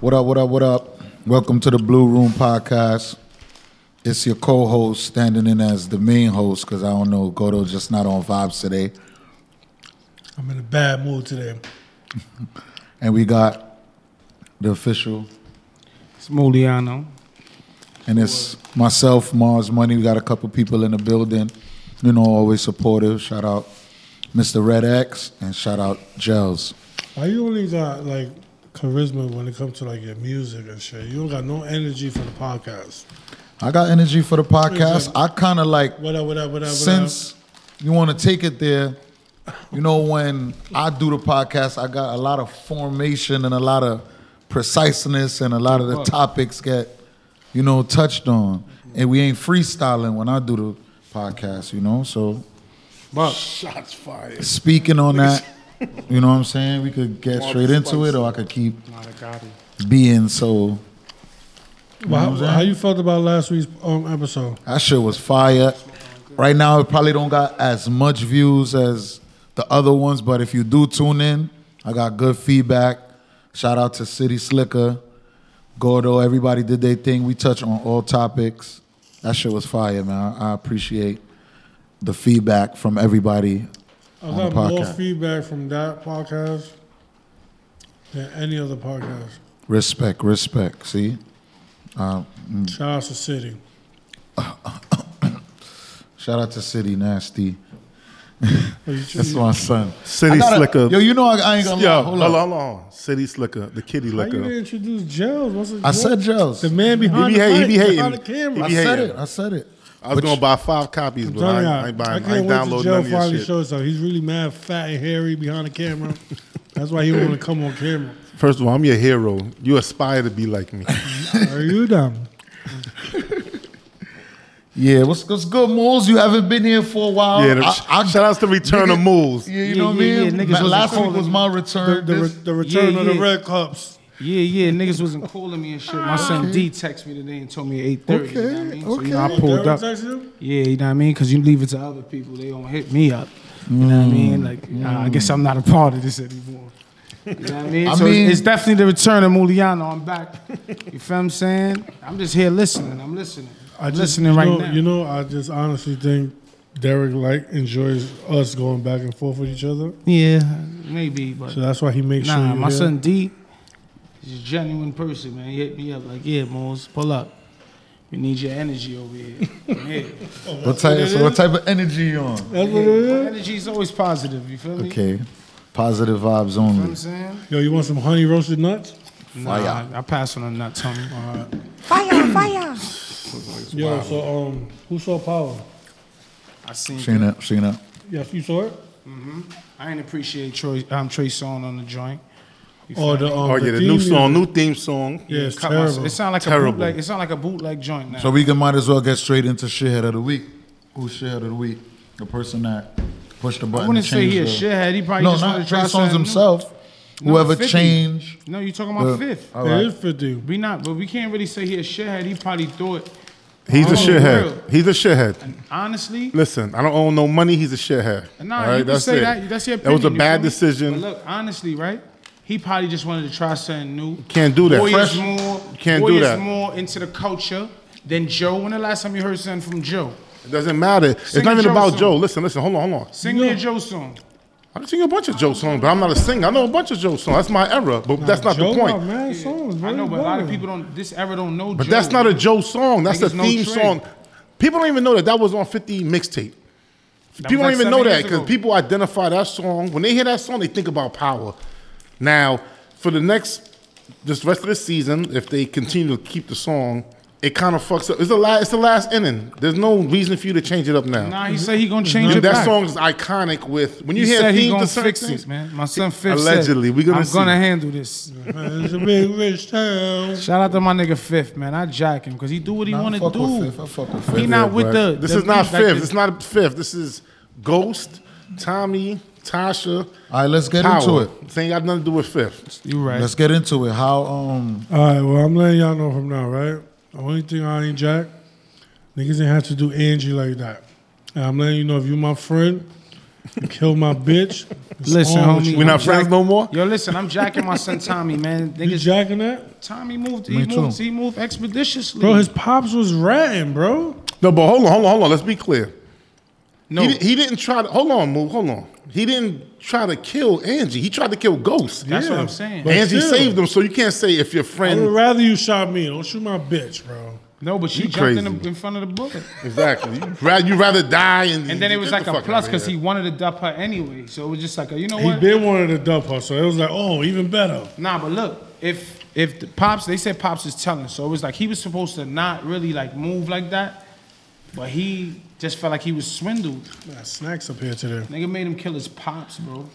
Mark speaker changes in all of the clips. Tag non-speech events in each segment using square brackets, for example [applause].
Speaker 1: What up, what up, what up? Welcome to the Blue Room Podcast. It's your co host standing in as the main host because I don't know, Godo's just not on vibes today.
Speaker 2: I'm in a bad mood today.
Speaker 1: And we got the official,
Speaker 3: Smuliano.
Speaker 1: and it's myself, Mars Money. We got a couple people in the building, you know, always supportive. Shout out Mr. Red X and shout out Gels.
Speaker 2: Why you only got like charisma when it comes to like your music and shit? You don't got no energy for the podcast.
Speaker 1: I got energy for the podcast. I kind of like
Speaker 2: What up? What up? What up? What up?
Speaker 1: since you want to take it there, you know, when I do the podcast, I got a lot of formation and a lot of preciseness, and a lot of the topics get, you know, touched on. And we ain't freestyling when I do the podcast, you know. So
Speaker 3: Buck.
Speaker 2: shots fired.
Speaker 1: speaking on that, you know what I'm saying? We could get straight into it, or I could keep being so.
Speaker 2: Well, how, how you felt about last week's um, episode?
Speaker 1: That shit was fire. Right now, it probably don't got as much views as the other ones, but if you do tune in, I got good feedback. Shout out to City Slicker, Gordo. Everybody did their thing. We touch on all topics. That shit was fire, man. I I appreciate the feedback from everybody.
Speaker 2: I
Speaker 1: On the
Speaker 2: got more
Speaker 1: podcast.
Speaker 2: feedback from that podcast than any other podcast.
Speaker 1: Respect, respect. See,
Speaker 2: Shout out to City.
Speaker 1: shout out to City Nasty.
Speaker 2: Well, you-
Speaker 1: That's my son.
Speaker 4: City
Speaker 1: I gotta-
Speaker 4: Slicker.
Speaker 1: Yo, you know I, I ain't gonna.
Speaker 4: Yo,
Speaker 1: lie.
Speaker 4: hold
Speaker 1: Hold
Speaker 4: on,
Speaker 1: up.
Speaker 4: hold on. City Slicker, the kitty
Speaker 2: How you didn't
Speaker 4: licker.
Speaker 2: introduce Gels? What's his-
Speaker 1: I said
Speaker 2: the
Speaker 1: Gels.
Speaker 2: man behind
Speaker 4: be
Speaker 2: the
Speaker 4: hating,
Speaker 2: mic,
Speaker 4: he be hating.
Speaker 2: behind the
Speaker 4: He
Speaker 2: camera.
Speaker 1: I
Speaker 4: be
Speaker 1: said
Speaker 4: hating.
Speaker 1: it. I said it.
Speaker 4: I was
Speaker 1: But
Speaker 4: gonna buy five copies,
Speaker 2: I'm
Speaker 4: but I,
Speaker 2: telling
Speaker 4: ain't-
Speaker 2: you,
Speaker 4: I ain't buying. I,
Speaker 2: can't
Speaker 4: ain't
Speaker 2: wait till
Speaker 4: downloading
Speaker 2: Joe
Speaker 4: none of your
Speaker 2: finally
Speaker 4: shit.
Speaker 2: shows up. He's really mad, fat, and hairy behind the
Speaker 4: [laughs]
Speaker 2: camera. That's why he don't want to come on camera.
Speaker 4: First of all, I'm your hero. You aspire to be like
Speaker 3: [laughs]
Speaker 4: me.
Speaker 2: Are you dumb?
Speaker 1: Yeah, what's, what's good, Moles? You haven't been here for a while.
Speaker 4: yeah, the, shout outs to Return of Moles.
Speaker 1: Yeah, you
Speaker 3: Yeah,
Speaker 1: know what I
Speaker 3: yeah, yeah,
Speaker 1: mean?
Speaker 3: niggas
Speaker 1: Ma-
Speaker 3: wasn't
Speaker 1: last week
Speaker 3: calling
Speaker 1: was
Speaker 3: me.
Speaker 1: my
Speaker 2: The,
Speaker 1: return.
Speaker 2: the,
Speaker 1: This-
Speaker 2: the return
Speaker 3: yeah,
Speaker 2: of the
Speaker 3: yeah.
Speaker 2: red cups.
Speaker 3: Yeah, yeah, niggas wasn't calling me and shit. My son D texted me today and told me eight thirty. you know what I mean? So, you know, I pulled
Speaker 2: Derek
Speaker 3: up.
Speaker 2: texted you?
Speaker 3: Yeah, you know what I mean? Because you leave it to other people, they don't hit me up. You know what I mean? Like, I guess I'm not a part of this anymore. You know what I mean?
Speaker 1: I
Speaker 3: so it's-
Speaker 1: mean-
Speaker 3: it's definitely the return of Muliano. I'm back. You feel what I'm saying? I'm just here listening. I'm listening.
Speaker 2: I
Speaker 3: I'm
Speaker 2: just,
Speaker 3: listening
Speaker 2: you
Speaker 3: right
Speaker 2: know,
Speaker 3: now.
Speaker 2: You know, I just honestly think Derek like enjoys us going back and forth with each other.
Speaker 3: yeah, maybe, but
Speaker 2: So that's why he makes sure.
Speaker 3: Nah,
Speaker 2: you're
Speaker 3: my
Speaker 2: here.
Speaker 3: son D is a genuine person, man. He hit me up like, yeah, Moles, pull up. We need your energy over here. yeah.
Speaker 1: what, type, so what type of energy you on?
Speaker 2: That's what it is.
Speaker 3: yeah. Energy is always positive, you feel me? You know
Speaker 1: Okay. Positive vibes
Speaker 3: what I'm
Speaker 1: only.
Speaker 3: saying?
Speaker 2: Yo, you want some honey roasted nuts?
Speaker 3: Nah, I, I pass on a nut, uh, Tony.
Speaker 5: Fire, fire.
Speaker 2: Yo, so um, who saw Power?
Speaker 3: I seen
Speaker 1: Seen it, seen it.
Speaker 2: Yes, you saw it.
Speaker 3: I ain't appreciate Troy, um, Trey Song on the joint. You
Speaker 2: Or
Speaker 3: feel me?
Speaker 2: the um,
Speaker 4: Oh yeah, the
Speaker 2: theme
Speaker 4: new song,
Speaker 2: music.
Speaker 4: new theme song.
Speaker 2: Yeah, it's
Speaker 3: Cut my-
Speaker 2: terrible.
Speaker 3: It sound like
Speaker 4: Terrible.
Speaker 3: a bootleg. It sound like a bootleg joint now.
Speaker 1: So we can might as well get straight into shithead of the week. Who's shithead of the week? The person that pushed the button.
Speaker 3: I wouldn't
Speaker 1: to
Speaker 3: say
Speaker 1: change
Speaker 3: he a
Speaker 1: the-
Speaker 3: shithead. He probably
Speaker 1: No,
Speaker 3: just wanted
Speaker 1: not
Speaker 3: to try
Speaker 1: Trey
Speaker 3: something
Speaker 1: Songz
Speaker 3: new.
Speaker 1: himself.
Speaker 3: No,
Speaker 1: Whoever
Speaker 3: 50.
Speaker 1: changed.
Speaker 3: No, you talking about
Speaker 1: the-
Speaker 3: fifth?
Speaker 1: All
Speaker 2: It
Speaker 1: right.
Speaker 2: is fifty.
Speaker 3: We not, but we can't really say he a shithead. He probably thought,
Speaker 4: He's
Speaker 3: Oh,
Speaker 4: a
Speaker 3: real?
Speaker 4: shithead. He's a shithead.
Speaker 3: honestly,
Speaker 4: Listen, I don't own no money. He's a shithead.
Speaker 3: nah,
Speaker 4: All right,
Speaker 3: you can
Speaker 4: that's
Speaker 3: say
Speaker 4: it.
Speaker 3: that. That's your
Speaker 4: That
Speaker 3: opinion.
Speaker 4: was a
Speaker 3: you
Speaker 4: bad
Speaker 3: feel me?
Speaker 4: decision.
Speaker 3: But look, honestly, right? He probably just wanted to try something new.
Speaker 4: Can't do that.
Speaker 3: Boy
Speaker 4: Fresh-
Speaker 3: is more,
Speaker 4: can't
Speaker 3: Boy
Speaker 4: do
Speaker 3: is
Speaker 4: that.
Speaker 3: more into the culture than Joe. When the last time you heard something from Joe?
Speaker 4: It doesn't matter.
Speaker 3: Sing
Speaker 4: it's not
Speaker 3: a
Speaker 4: even
Speaker 3: Joe
Speaker 4: about
Speaker 3: song.
Speaker 4: Joe. Listen, listen. Hold on, hold on.
Speaker 3: Sing me a Joe song.
Speaker 4: I've seen a bunch of Joe songs, but I'm not a singer. I know a bunch of Joe songs. That's my era, but that's not
Speaker 2: Joe
Speaker 4: the
Speaker 2: got
Speaker 4: point.
Speaker 2: mad songs, bro.
Speaker 3: I know,
Speaker 2: He's
Speaker 3: but a lot of
Speaker 2: balling.
Speaker 3: people don't. This era don't know.
Speaker 4: But that's not a Joe song. That's a
Speaker 3: Niggas know
Speaker 4: theme
Speaker 3: Trey.
Speaker 4: song. People don't even know that that was on 50 mixtape. People
Speaker 3: like
Speaker 4: don't even
Speaker 3: seven
Speaker 4: know
Speaker 3: years
Speaker 4: that because
Speaker 3: ago.
Speaker 4: people identify that song. When they hear that song, they think about power. Now, for the next, this rest of the season, if they continue to keep the song, it kind of fucks up. It's the last. It's the last inning. There's no reason for you to change it up now.
Speaker 3: Nah, he said he gonna change
Speaker 4: And
Speaker 3: it
Speaker 4: that
Speaker 3: back.
Speaker 4: song is iconic. With when you
Speaker 3: he
Speaker 4: hear
Speaker 3: said he
Speaker 4: themes to
Speaker 3: gonna
Speaker 4: certain
Speaker 3: fix
Speaker 4: things,
Speaker 3: it, man. My son Fifth
Speaker 4: Allegedly,
Speaker 3: said,
Speaker 4: we gonna
Speaker 3: I'm
Speaker 4: see."
Speaker 3: gonna handle this.
Speaker 2: Man, it's a big rich town.
Speaker 3: Shout out to my nigga Fifth, man. I jack him because he do what he
Speaker 1: Nah, I
Speaker 3: want to
Speaker 1: fuck with
Speaker 3: do.
Speaker 1: Fifth. I fuck with
Speaker 3: He
Speaker 1: Fifth.
Speaker 3: not with the.
Speaker 4: This
Speaker 3: the
Speaker 4: is not
Speaker 3: beat, like
Speaker 4: fifth.
Speaker 3: the-
Speaker 4: it's not fifth. This is Ghost, Tommy, Tasha,
Speaker 1: All right, let's get into
Speaker 4: Power.
Speaker 1: it.
Speaker 4: This ain't got nothing to do with fifth.
Speaker 3: You right.
Speaker 1: Let's get into it. How um
Speaker 2: All right, well, I'm letting y'all know from now, right? The only thing I ain't Jack, niggas ain't have to do Angie like that. And I'm letting you know if you my friend Kill my bitch. It's
Speaker 3: Listen,
Speaker 2: on with
Speaker 3: homie.
Speaker 2: you.
Speaker 4: We're not
Speaker 3: Jack-
Speaker 4: friends no more.
Speaker 3: Yo, listen, I'm jacking my son Tommy, man.
Speaker 2: You
Speaker 3: Niggas,
Speaker 2: jacking that?
Speaker 3: Tommy moved.
Speaker 1: Me
Speaker 3: He
Speaker 1: too.
Speaker 3: moved. He moved expeditiously.
Speaker 2: Bro, his pops was ratting, bro.
Speaker 4: No, but hold on, hold on, hold on. Let's be clear.
Speaker 3: no,
Speaker 4: He, di- he didn't try to. Hold on, move. Hold on. He didn't try to kill Angie. He tried to kill Ghost.
Speaker 3: that's what
Speaker 2: Yeah.
Speaker 3: I'm saying.
Speaker 2: But
Speaker 4: Angie
Speaker 2: still.
Speaker 4: saved him, so you can't say if
Speaker 2: I
Speaker 4: your
Speaker 2: would
Speaker 4: friend.
Speaker 2: rather you shot me. Don't shoot my bitch, bro.
Speaker 3: No, but she
Speaker 4: You
Speaker 3: jumped in,
Speaker 4: crazy.
Speaker 3: the, in front of the
Speaker 4: [laughs]
Speaker 3: bullet.
Speaker 4: Exactly. You rather, you rather die and.
Speaker 3: And then it was
Speaker 4: get
Speaker 3: like
Speaker 4: the
Speaker 3: a
Speaker 4: fuck
Speaker 3: plus
Speaker 4: outta
Speaker 3: because he
Speaker 4: here.
Speaker 3: wanted to dump her anyway. So it was just like, a, you know
Speaker 2: He
Speaker 3: what?
Speaker 2: been wanted to dump her, so it was like, oh, even better.
Speaker 3: Nah, but look, if if the pops, they said pops is telling, so it was like he was supposed to not really like move like that, but he just felt like he was swindled.
Speaker 2: Man, snacks up here today.
Speaker 3: Nigga made him kill his pops, bro.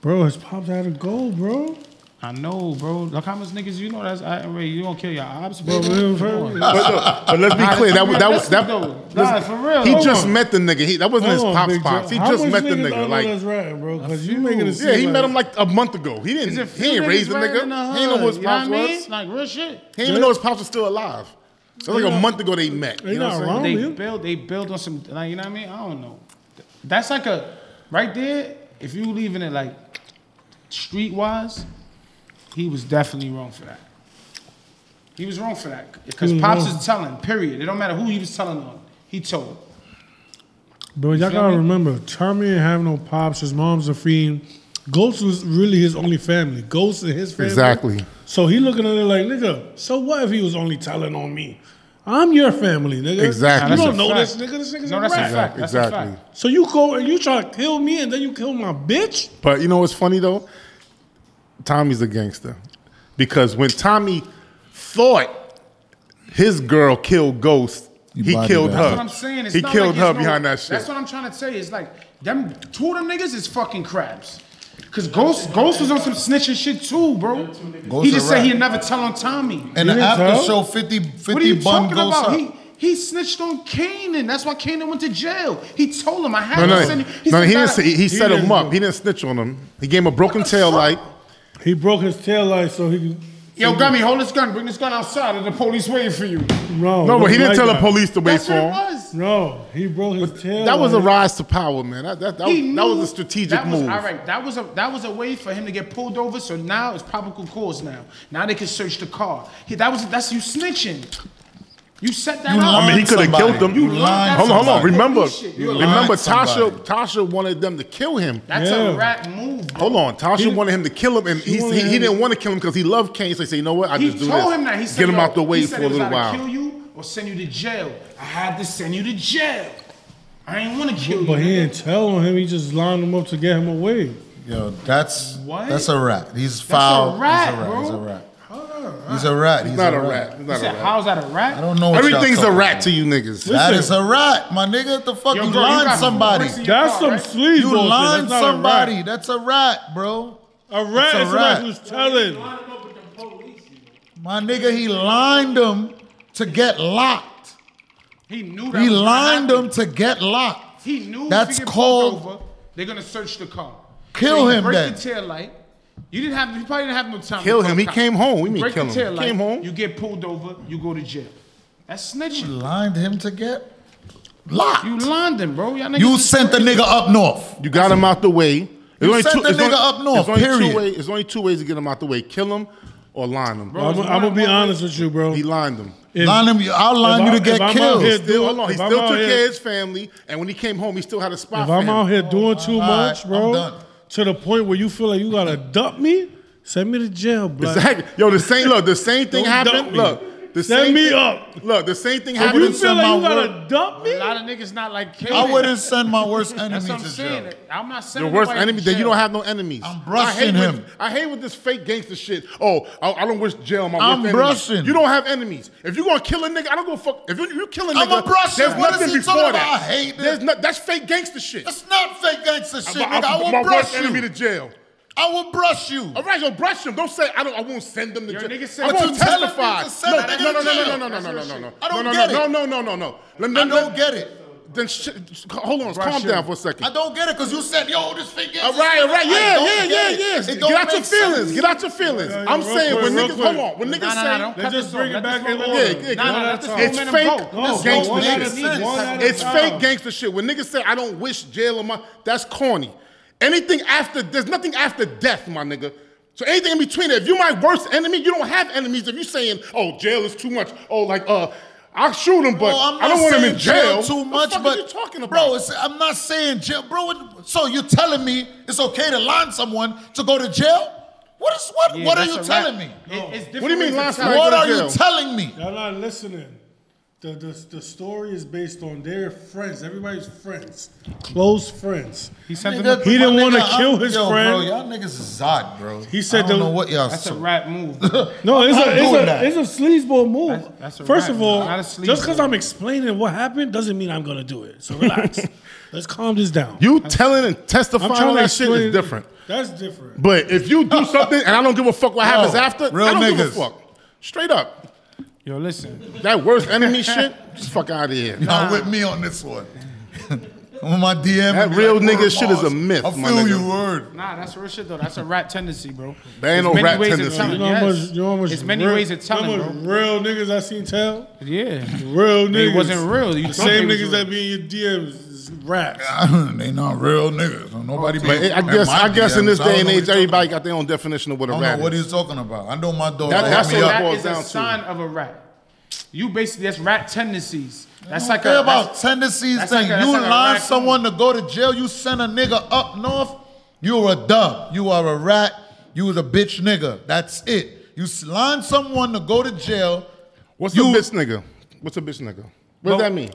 Speaker 2: Bro, his pops had a goal, bro.
Speaker 3: I know, bro. Look how much niggas you know that's I, Ray, you don't kill your ops, bro.
Speaker 2: Bro, we
Speaker 3: Come
Speaker 2: don't-
Speaker 3: on.
Speaker 4: But, look, but let's be
Speaker 3: Nah,
Speaker 4: clear. That
Speaker 3: that's
Speaker 4: was that was
Speaker 3: aggressive,
Speaker 4: that.
Speaker 3: though.
Speaker 4: listen,
Speaker 3: Nah, for real.
Speaker 4: He
Speaker 3: Hold
Speaker 4: just
Speaker 3: on.
Speaker 4: met the nigga. He, that wasn't his
Speaker 2: Hold on,
Speaker 4: pops
Speaker 2: Big
Speaker 4: pops.
Speaker 2: Joe.
Speaker 4: He
Speaker 2: How
Speaker 4: just
Speaker 2: much
Speaker 4: met the
Speaker 2: niggas I know
Speaker 4: nigga. Like
Speaker 2: that's ratting, bro. Because you
Speaker 3: few.
Speaker 2: making it seem
Speaker 4: yeah, he
Speaker 2: like,
Speaker 4: met him like a month ago. He
Speaker 3: Is
Speaker 4: didn't.
Speaker 3: it
Speaker 4: He ain't
Speaker 3: niggas
Speaker 4: raised the
Speaker 3: ran
Speaker 4: nigga.
Speaker 3: in
Speaker 4: He ain't know who his
Speaker 3: hood, you know what I
Speaker 4: pops
Speaker 3: mean?
Speaker 4: was.
Speaker 3: Like real shit.
Speaker 4: He didn't even know his pops was still alive. So like a month ago they met.
Speaker 2: They
Speaker 4: You know what
Speaker 2: not wrong.
Speaker 4: I'm saying?
Speaker 3: they
Speaker 2: yeah.
Speaker 3: build they build on some like you know what I mean? I don't know. That's like a right there, if you leaving it like street wise, he was definitely wrong for that. He was wrong for that. Because
Speaker 2: He was
Speaker 3: Pops
Speaker 2: wrong.
Speaker 3: is telling, period. It don't matter who he was telling on. He told.
Speaker 2: Bro, y'all
Speaker 3: feel
Speaker 2: gotta
Speaker 3: me?
Speaker 2: remember, Tommy didn't have no pops. His mom's a fiend. Ghost was really his only family. Ghost and his family.
Speaker 4: Exactly.
Speaker 2: So he looking at it like, nigga, so what if he was only telling on me? I'm your family, nigga.
Speaker 4: Exactly.
Speaker 2: You
Speaker 4: Nah,
Speaker 2: don't
Speaker 3: that's a
Speaker 2: know this,
Speaker 3: fact.
Speaker 2: nigga. This nigga's
Speaker 3: No,
Speaker 2: a
Speaker 3: that's a
Speaker 2: rat.
Speaker 3: fact. That's a
Speaker 4: Exactly.
Speaker 3: fact.
Speaker 2: So you go and you try to kill me and then you kill my bitch?
Speaker 4: But you know what's funny though? Tommy's a gangster. Because when Tommy thought his girl killed Ghost,
Speaker 1: You
Speaker 4: he
Speaker 1: body
Speaker 4: killed
Speaker 1: that.
Speaker 4: her.
Speaker 1: That's
Speaker 3: what I'm saying. It's
Speaker 4: he
Speaker 3: not
Speaker 4: killed
Speaker 3: like
Speaker 4: her
Speaker 3: it's no-
Speaker 4: behind that shit.
Speaker 3: That's what I'm trying to say. It's like them two of them niggas is fucking crabs. Cause Ghost Ghost was on some snitching shit too, bro. he
Speaker 1: Ghost
Speaker 3: just
Speaker 1: a
Speaker 3: said
Speaker 1: rat.
Speaker 3: he'd never tell on Tommy.
Speaker 1: And
Speaker 2: You
Speaker 1: the
Speaker 2: didn't
Speaker 1: after
Speaker 2: tell?
Speaker 1: show, 50, 50
Speaker 3: What are you
Speaker 1: bun
Speaker 3: talking
Speaker 1: goes
Speaker 3: about?
Speaker 1: up.
Speaker 3: He he snitched on Kanan. That's why Kanan went to jail. He told him I had
Speaker 4: no,
Speaker 3: to
Speaker 4: no,
Speaker 3: send
Speaker 4: no,
Speaker 3: you.
Speaker 4: no,
Speaker 3: said,
Speaker 4: he
Speaker 3: "Nah,
Speaker 4: didn't. Say, he set
Speaker 2: didn't
Speaker 4: him up.
Speaker 2: do-
Speaker 4: He didn't snitch on him. He gave him a broken tail light.
Speaker 2: He broke his tail light so he could.
Speaker 3: Yo, Gummy, hold this gun. Bring this gun outside, or the police waiting for you.
Speaker 2: No,
Speaker 4: No, but he didn't
Speaker 2: like
Speaker 4: tell
Speaker 2: that.
Speaker 4: the police to wait
Speaker 3: That's
Speaker 4: for
Speaker 3: what it
Speaker 4: him.
Speaker 3: was.
Speaker 2: No, he broke his tail.
Speaker 4: That was a
Speaker 2: light.
Speaker 4: rise to power, man. That, that, that,
Speaker 3: He
Speaker 4: was, Oh, that was
Speaker 3: knew-
Speaker 4: a strategic
Speaker 3: that was-
Speaker 4: move.
Speaker 3: All right, that was a that was a way for him to get pulled over. So now it's probable cause. Now, now they can search the car. He, that was that's you snitching. You set that
Speaker 1: You
Speaker 3: up.
Speaker 4: I mean, he
Speaker 1: Lying
Speaker 4: could have
Speaker 1: somebody.
Speaker 4: killed them.
Speaker 1: You lying
Speaker 4: hold on, hold on.
Speaker 1: somebody.
Speaker 4: Remember,
Speaker 3: Holy shit, you
Speaker 4: remember,
Speaker 1: lying somebody.
Speaker 4: Tasha. Tasha wanted them to kill him.
Speaker 3: that's
Speaker 2: Yeah.
Speaker 3: a rat move. Bro.
Speaker 4: Hold on, Tasha wanted him to kill him, and he,
Speaker 2: wanted
Speaker 4: he, he
Speaker 2: him-
Speaker 4: didn't want to kill him because he loved Kane. So he said, "You know what? I
Speaker 3: He
Speaker 4: just do
Speaker 3: told
Speaker 4: this.
Speaker 3: him that. He said,
Speaker 4: Get him
Speaker 3: yo,
Speaker 4: out the way
Speaker 3: he said
Speaker 4: for
Speaker 3: it
Speaker 4: a
Speaker 3: was
Speaker 4: little
Speaker 3: either Kill
Speaker 4: while."
Speaker 3: you or send you to jail. I had to send you to jail. I ain't want to kill
Speaker 2: But
Speaker 3: you.
Speaker 2: he
Speaker 3: nigga.
Speaker 2: didn't tell on him. He just lined him up to get him away.
Speaker 1: Yo, that's
Speaker 3: What?
Speaker 1: that's a rat. He's foul.
Speaker 3: rat,
Speaker 1: He's a
Speaker 3: bro.
Speaker 1: rat. He's a rat. He's,
Speaker 4: Not a rat. He's
Speaker 3: He
Speaker 4: Not a
Speaker 3: said,
Speaker 4: rat.
Speaker 3: "How's that a rat?"
Speaker 1: I don't know. What y'all
Speaker 4: Everything's a
Speaker 1: talking
Speaker 4: rat
Speaker 1: about.
Speaker 4: to you niggas.
Speaker 1: That is a rat, my nigga. The fuck
Speaker 3: Yo,
Speaker 1: you
Speaker 3: bro, you
Speaker 1: lying
Speaker 3: got
Speaker 1: somebody.
Speaker 3: some-
Speaker 2: That's
Speaker 3: car,
Speaker 2: some
Speaker 3: right?
Speaker 2: sleaze
Speaker 1: You
Speaker 2: bullshit.
Speaker 1: lying
Speaker 2: That's not
Speaker 1: somebody. That's a rat, bro.
Speaker 2: A rat,
Speaker 1: It's a
Speaker 2: is somebody
Speaker 1: rat.
Speaker 2: who's telling.
Speaker 1: My nigga, he lined them to get locked.
Speaker 3: He knew that.
Speaker 1: He
Speaker 3: was gonna
Speaker 1: lined
Speaker 3: happen.
Speaker 1: them to get locked.
Speaker 3: He knew. if
Speaker 1: That's
Speaker 3: he get pulled
Speaker 1: called-
Speaker 3: Over, they're gonna search the car.
Speaker 1: Kill
Speaker 3: he
Speaker 1: him
Speaker 3: break
Speaker 1: then.
Speaker 3: the tail light. You didn't have. You probably didn't have no time. to
Speaker 4: Kill
Speaker 3: call
Speaker 4: him. He
Speaker 3: cops.
Speaker 4: came home. We
Speaker 3: You
Speaker 4: mean
Speaker 3: break
Speaker 4: kill
Speaker 3: the
Speaker 4: him.
Speaker 3: tail light,
Speaker 4: Came home.
Speaker 3: You get pulled over. You go to jail. That's snitching.
Speaker 1: Lined him to get locked.
Speaker 3: You lined him, bro. Y'all niggas
Speaker 1: You
Speaker 3: is
Speaker 1: sent the
Speaker 3: crazy.
Speaker 1: nigga up north.
Speaker 4: You got him out the way. There's
Speaker 1: sent the
Speaker 4: there's
Speaker 1: nigga up north,
Speaker 4: There's only,
Speaker 1: period.
Speaker 4: Two way, there's only two ways to get him out the way: kill him or line him.
Speaker 3: Bro,
Speaker 2: I'm,
Speaker 3: it's one
Speaker 2: gonna be
Speaker 3: on one.
Speaker 2: honest with you, bro.
Speaker 4: He lined him.
Speaker 2: If-
Speaker 1: line him. I'll line
Speaker 2: if
Speaker 1: you
Speaker 2: I-
Speaker 1: to get
Speaker 2: if I'm out
Speaker 1: killed.
Speaker 2: here
Speaker 4: Still, hold on. He
Speaker 2: If I'm
Speaker 4: still
Speaker 2: out
Speaker 4: took
Speaker 2: here-
Speaker 4: care of his family, and when he came home, he still had a spot
Speaker 2: If
Speaker 4: for
Speaker 2: I'm
Speaker 4: him.
Speaker 2: out here doing too
Speaker 1: all
Speaker 2: much,
Speaker 1: right,
Speaker 2: bro,
Speaker 1: I'm done.
Speaker 2: to the point where you feel like you gotta dump me, send me to jail, bro.
Speaker 4: Exactly. Yo, the same. Look, the same thing
Speaker 2: Don't dump
Speaker 4: happened.
Speaker 2: me.
Speaker 4: Look, the
Speaker 2: Send
Speaker 4: same
Speaker 2: me
Speaker 4: thing-
Speaker 2: up.
Speaker 4: Look, the same thing
Speaker 2: If
Speaker 4: happened.
Speaker 2: you feel
Speaker 1: send
Speaker 2: like you
Speaker 1: my
Speaker 2: gotta
Speaker 1: work-
Speaker 2: dump
Speaker 3: A
Speaker 2: me,
Speaker 3: lot of niggas not like Kanan.
Speaker 1: I wouldn't send my worst enemy
Speaker 3: That's what
Speaker 1: to
Speaker 3: I'm
Speaker 1: jail.
Speaker 3: saying. I'm not
Speaker 4: Your
Speaker 3: sending
Speaker 4: worst
Speaker 3: nobody to
Speaker 4: enemy, then you
Speaker 3: jail.
Speaker 4: don't have no enemies.
Speaker 1: I'm
Speaker 4: I hate
Speaker 1: brushing
Speaker 4: with-
Speaker 1: him.
Speaker 4: I hate with this fake gangster shit. Oh, I, I don't wish jail on my
Speaker 1: I'm
Speaker 4: worst enemy.
Speaker 1: brushing.
Speaker 4: You don't have enemies. If you're gonna kill a nigga, I don't go fuck. If you, you kill a
Speaker 1: I'm
Speaker 4: nigga,
Speaker 1: a brushing.
Speaker 4: there's
Speaker 1: What is
Speaker 4: nothing
Speaker 1: he
Speaker 4: before
Speaker 1: talking
Speaker 4: that.
Speaker 1: about? I hate it.
Speaker 4: There's no, that's fake gangster shit.
Speaker 1: That's not fake gangster shit,
Speaker 4: I'm-
Speaker 1: nigga. I
Speaker 4: I'm-
Speaker 1: will
Speaker 4: my
Speaker 1: brush
Speaker 4: worst enemy to
Speaker 1: you.
Speaker 4: jail.
Speaker 1: I will brush you.
Speaker 4: All right, yo, brush him. Don't say I don't. I won't send them to
Speaker 3: Your
Speaker 4: jail.
Speaker 3: nigga said-
Speaker 4: I
Speaker 1: But
Speaker 4: won't
Speaker 1: you telling
Speaker 4: testify.
Speaker 1: me to send
Speaker 4: No,
Speaker 1: that
Speaker 4: no,
Speaker 1: nigga
Speaker 4: no,
Speaker 1: to
Speaker 4: no,
Speaker 1: jail.
Speaker 4: no, no, no, no, no, no, no.
Speaker 1: I don't
Speaker 4: no, no,
Speaker 1: get
Speaker 4: no,
Speaker 1: it.
Speaker 4: No, no, no, no, no. Let me.
Speaker 1: I
Speaker 4: let-
Speaker 1: don't get it.
Speaker 4: Then sh- hold on,
Speaker 3: Brush
Speaker 4: calm
Speaker 3: you.
Speaker 4: down for a second.
Speaker 1: I don't get it because you said, yo, this thing is.
Speaker 4: All right, all right,
Speaker 1: I
Speaker 4: yeah,
Speaker 1: don't
Speaker 4: yeah, yeah,
Speaker 1: get it.
Speaker 4: yeah.
Speaker 1: It
Speaker 4: Get
Speaker 1: don't
Speaker 4: out your
Speaker 1: make sense.
Speaker 4: feelings. Get out your feelings.
Speaker 2: Yeah, yeah,
Speaker 4: I'm
Speaker 2: real
Speaker 4: saying
Speaker 2: quick,
Speaker 4: when
Speaker 2: real
Speaker 4: niggas
Speaker 2: quick.
Speaker 4: hold on, when niggas
Speaker 3: No, no,
Speaker 4: say
Speaker 3: no, don't
Speaker 2: They
Speaker 3: cut
Speaker 2: just
Speaker 3: this
Speaker 2: bring
Speaker 3: off.
Speaker 2: it
Speaker 3: Let
Speaker 2: back
Speaker 3: this
Speaker 2: in
Speaker 3: go
Speaker 2: order.
Speaker 3: on.
Speaker 4: Yeah, yeah,
Speaker 3: No, no,
Speaker 2: one
Speaker 3: let this
Speaker 2: at a time.
Speaker 4: it's
Speaker 3: momentum
Speaker 4: fake.
Speaker 3: go.
Speaker 2: No,
Speaker 4: It's
Speaker 2: no,
Speaker 4: gangster
Speaker 2: one at a
Speaker 4: shit.
Speaker 2: time. One at a
Speaker 4: It's
Speaker 2: time.
Speaker 4: fake gangster shit. When niggas say I don't wish jail on my, that's corny. Anything after there's nothing after death, my nigga. So anything in between that, if you're my worst enemy, you don't have enemies. If you're saying, oh, jail is too much, oh, like uh, I'll shoot him, but
Speaker 1: Bro, I'm
Speaker 4: I don't
Speaker 1: not
Speaker 4: want him
Speaker 1: saying
Speaker 4: in jail.
Speaker 1: Too
Speaker 4: what
Speaker 1: much,
Speaker 4: the fuck
Speaker 1: but
Speaker 4: are you talking about?
Speaker 1: bro, it's, I'm not saying jail, bro. what- so you're telling me it's okay to line someone to go to jail? What is what?
Speaker 3: Yeah,
Speaker 1: what are
Speaker 3: that's
Speaker 1: you
Speaker 3: a wrap.
Speaker 1: telling me?
Speaker 3: It- it's
Speaker 4: What do you
Speaker 3: different
Speaker 4: mean
Speaker 3: ways
Speaker 4: last
Speaker 3: to
Speaker 4: night?
Speaker 1: what
Speaker 4: go to
Speaker 1: are
Speaker 4: jail.
Speaker 1: you telling me?
Speaker 2: Y'all not listening. The, the, the story is based on their friends. Everybody's friends. Close friends.
Speaker 3: He sent them.
Speaker 1: Nigga,
Speaker 3: a-
Speaker 2: He didn't
Speaker 1: my
Speaker 2: wanna
Speaker 1: nigga,
Speaker 2: kill
Speaker 1: I'm-
Speaker 2: his
Speaker 1: yo, Bro,
Speaker 2: friend.
Speaker 1: y'all niggas is odd, bro.
Speaker 2: He said
Speaker 1: I don't
Speaker 2: the-
Speaker 1: know what y'all.
Speaker 3: That's a
Speaker 1: so-
Speaker 3: rap
Speaker 4: [laughs]
Speaker 3: move. bro.
Speaker 2: No, it's
Speaker 1: not
Speaker 2: a, it's
Speaker 1: doing
Speaker 2: a
Speaker 1: that.
Speaker 2: it's a sleazeball move.
Speaker 3: That's- that's a
Speaker 2: First
Speaker 3: wrap,
Speaker 2: of all,
Speaker 3: not a
Speaker 2: just
Speaker 3: sleaze
Speaker 2: because
Speaker 3: move.
Speaker 2: I'm explaining what happened doesn't mean I'm gonna do it. So
Speaker 3: [laughs]
Speaker 2: relax. Let's calm this down.
Speaker 4: You telling and testifying
Speaker 2: I'm trying
Speaker 4: on
Speaker 2: to
Speaker 4: that shit
Speaker 2: explain-
Speaker 4: is different.
Speaker 2: That's different.
Speaker 4: But if you do something and I don't give
Speaker 1: [laughs]
Speaker 4: a fuck what happens after,
Speaker 1: real
Speaker 4: I don't give a
Speaker 1: niggas.
Speaker 4: fuck. Straight up.
Speaker 3: Yo, listen.
Speaker 4: That
Speaker 1: [laughs]
Speaker 4: worst enemy shit, just fuck out of here.
Speaker 1: [laughs] Y'all with me on this one. [laughs] on my DM.
Speaker 4: That
Speaker 1: be
Speaker 4: real
Speaker 1: like,
Speaker 4: nigga
Speaker 1: "Word,
Speaker 4: shit is a
Speaker 1: Mars.
Speaker 4: myth,
Speaker 1: I
Speaker 4: my
Speaker 1: feel
Speaker 4: nigga."
Speaker 1: you, word. [laughs]
Speaker 3: Nah, that's real shit though. That's a rat tendency, bro.
Speaker 4: There ain't
Speaker 3: There's
Speaker 4: no
Speaker 3: many
Speaker 4: rat
Speaker 3: ways of
Speaker 4: tendency.
Speaker 3: telling,
Speaker 2: You know how
Speaker 3: yes.
Speaker 2: much? You know how much?
Speaker 3: There's many
Speaker 2: real-
Speaker 3: ways of
Speaker 2: you
Speaker 3: telling,
Speaker 2: know how
Speaker 3: bro.
Speaker 2: much real niggas I seen tell.
Speaker 3: Yeah.
Speaker 2: Real niggas.
Speaker 3: It wasn't real. You
Speaker 2: The
Speaker 3: thought they
Speaker 2: same
Speaker 3: was
Speaker 2: niggas
Speaker 3: real.
Speaker 2: that be in your DMs is rats.
Speaker 1: they not real niggas. So nobody.
Speaker 4: But
Speaker 1: be-
Speaker 4: it- I
Speaker 1: in
Speaker 4: guess
Speaker 1: my
Speaker 4: I guess in
Speaker 1: DMs,
Speaker 4: this
Speaker 1: I don't
Speaker 4: day and
Speaker 1: know what
Speaker 4: age,
Speaker 1: you're talking
Speaker 4: everybody got their own definition of what a
Speaker 1: I don't
Speaker 4: rat
Speaker 1: know what
Speaker 4: is.
Speaker 1: he's talking about. I know my dog.
Speaker 4: That-
Speaker 1: hit
Speaker 4: that's
Speaker 1: me
Speaker 4: what
Speaker 1: up.
Speaker 4: that
Speaker 3: That
Speaker 4: boils
Speaker 3: is
Speaker 4: down
Speaker 3: a
Speaker 4: to.
Speaker 3: sign of a rat. You basically that's rat tendencies.
Speaker 1: I
Speaker 3: That's
Speaker 1: don't
Speaker 3: like
Speaker 1: care
Speaker 3: a
Speaker 1: about
Speaker 3: that's-
Speaker 1: tendencies
Speaker 3: that's
Speaker 1: thing.
Speaker 3: like a-
Speaker 1: you
Speaker 3: that's like a
Speaker 1: line
Speaker 3: raccoon.
Speaker 1: someone to go to jail. You send a nigga up north. You're a dub. You are a rat. You was a bitch nigga. That's it. You s- line someone to go to jail.
Speaker 4: What's
Speaker 1: You-
Speaker 4: a bitch nigga? What's a bitch nigga? What
Speaker 3: Bro.
Speaker 4: does that mean?